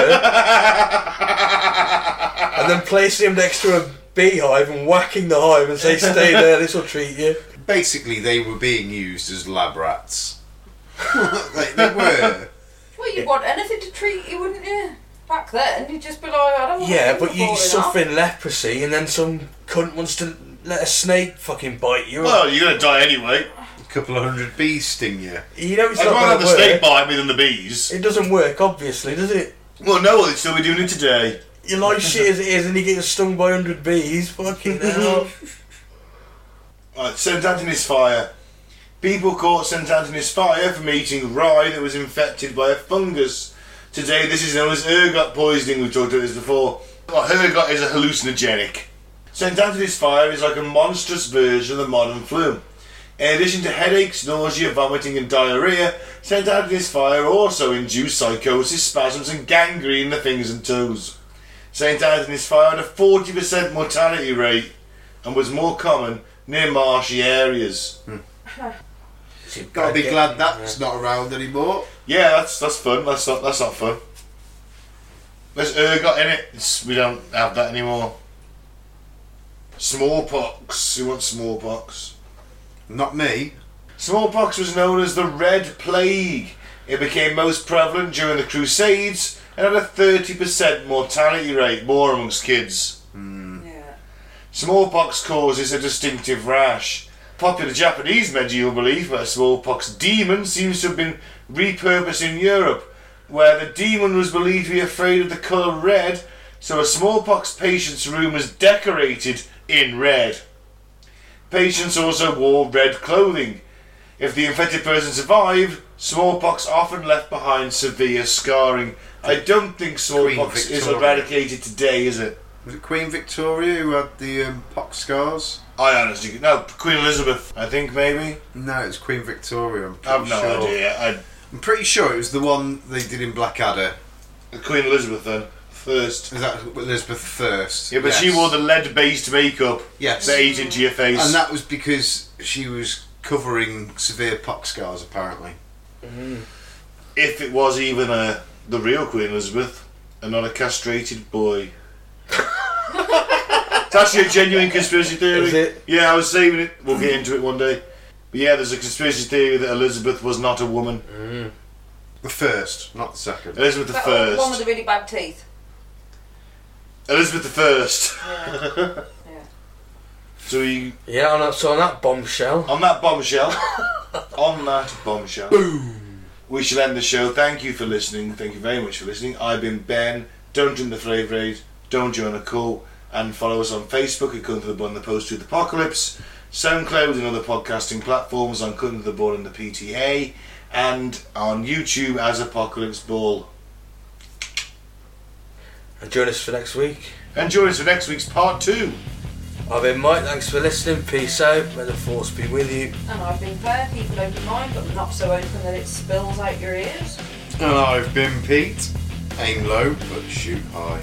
and then placing him next to a beehive and whacking the hive and say, "Stay there, this will treat you."
Basically, they were being used as lab rats. like they were.
Well, you'd want anything to treat you, wouldn't you? Back then, you'd just be like, I don't want
Yeah,
to
but
you
you're suffering leprosy, and then some cunt wants to let a snake fucking bite you.
Well, you're gonna die anyway.
A couple of hundred bees sting you.
you know it's
I'd
not
rather have
going
the
to work.
snake bite me than the bees.
It doesn't work, obviously, does it?
Well, no, well, they'd still be doing it today.
Your life shit as it is, and you get stung by hundred bees. Fucking hell.
Right, St Uh, Anthony's fire. People caught St Anthony's fire from eating rye that was infected by a fungus. Today, this is known as ergot poisoning. We've talked about this before. Well, ergot is a hallucinogenic. St Anthony's fire is like a monstrous version of the modern flu. In addition to headaches, nausea, vomiting, and diarrhea, St Anthony's fire also induced psychosis, spasms, and gangrene in the fingers and toes. St Anthony's fire had a 40% mortality rate and was more common near marshy areas.
Gotta be glad that's not around anymore.
Yeah, that's that's fun. That's not that's not fun. There's ergot in it. It's- we don't have that anymore. Smallpox. Who wants smallpox?
Not me.
Smallpox was known as the Red Plague. It became most prevalent during the Crusades and had a 30% mortality rate, more amongst kids.
Yeah.
Smallpox causes a distinctive rash. Popular Japanese medieval belief that a smallpox demon seems to have been repurposed in Europe, where the demon was believed to be afraid of the colour red, so a smallpox patient's room was decorated in red. Patients also wore red clothing. If the infected person survived, smallpox often left behind severe scarring. I don't think smallpox is
Victoria.
eradicated today, is it?
Was it Queen Victoria who had the um, pox scars?
I honestly no Queen Elizabeth. I think maybe
No, it was Queen Victoria. I'm pretty
I've no
sure.
idea.
I'm pretty sure it was the one they did in Blackadder.
I, Queen Elizabeth then first.
Is that Elizabeth first?
Yeah, but she
Yes.
wore the lead-based makeup
Yes.
that ate into your face.
And that was because she was covering severe pox scars, apparently.
if it was even a the real Queen Elizabeth and not a castrated boy. it's actually a genuine conspiracy theory.
Is it?
Yeah, I was saving it. We'll get into it one day. But yeah, there's a conspiracy theory that Elizabeth was not a woman.
The first, not the second.
Elizabeth the
That was one with
First.
the really bad teeth.
Elizabeth the First.
Yeah.
So you
Yeah, on that, so on that bombshell.
On that bombshell, on that bombshell, boom. We shall end the show. Thank you for listening. Thank you very much for listening. I've been Ben. Don't join the Flavour Aid. Don't join a call. And follow us on Facebook at Cut to the Bun, the Post Truth Apocalypse, SoundCloud and other podcasting platforms on Cut to the Ball and the PTA, and on YouTube as Apocalypse Ball.
And join us for next week.
And join us for next week's part two.
I've been Mike, thanks for listening. Peace out. May the force be with you.
And I've been Claire, keep an open mind, but not so open that it spills out your ears.
And I've been Pete. Aim low, but shoot high.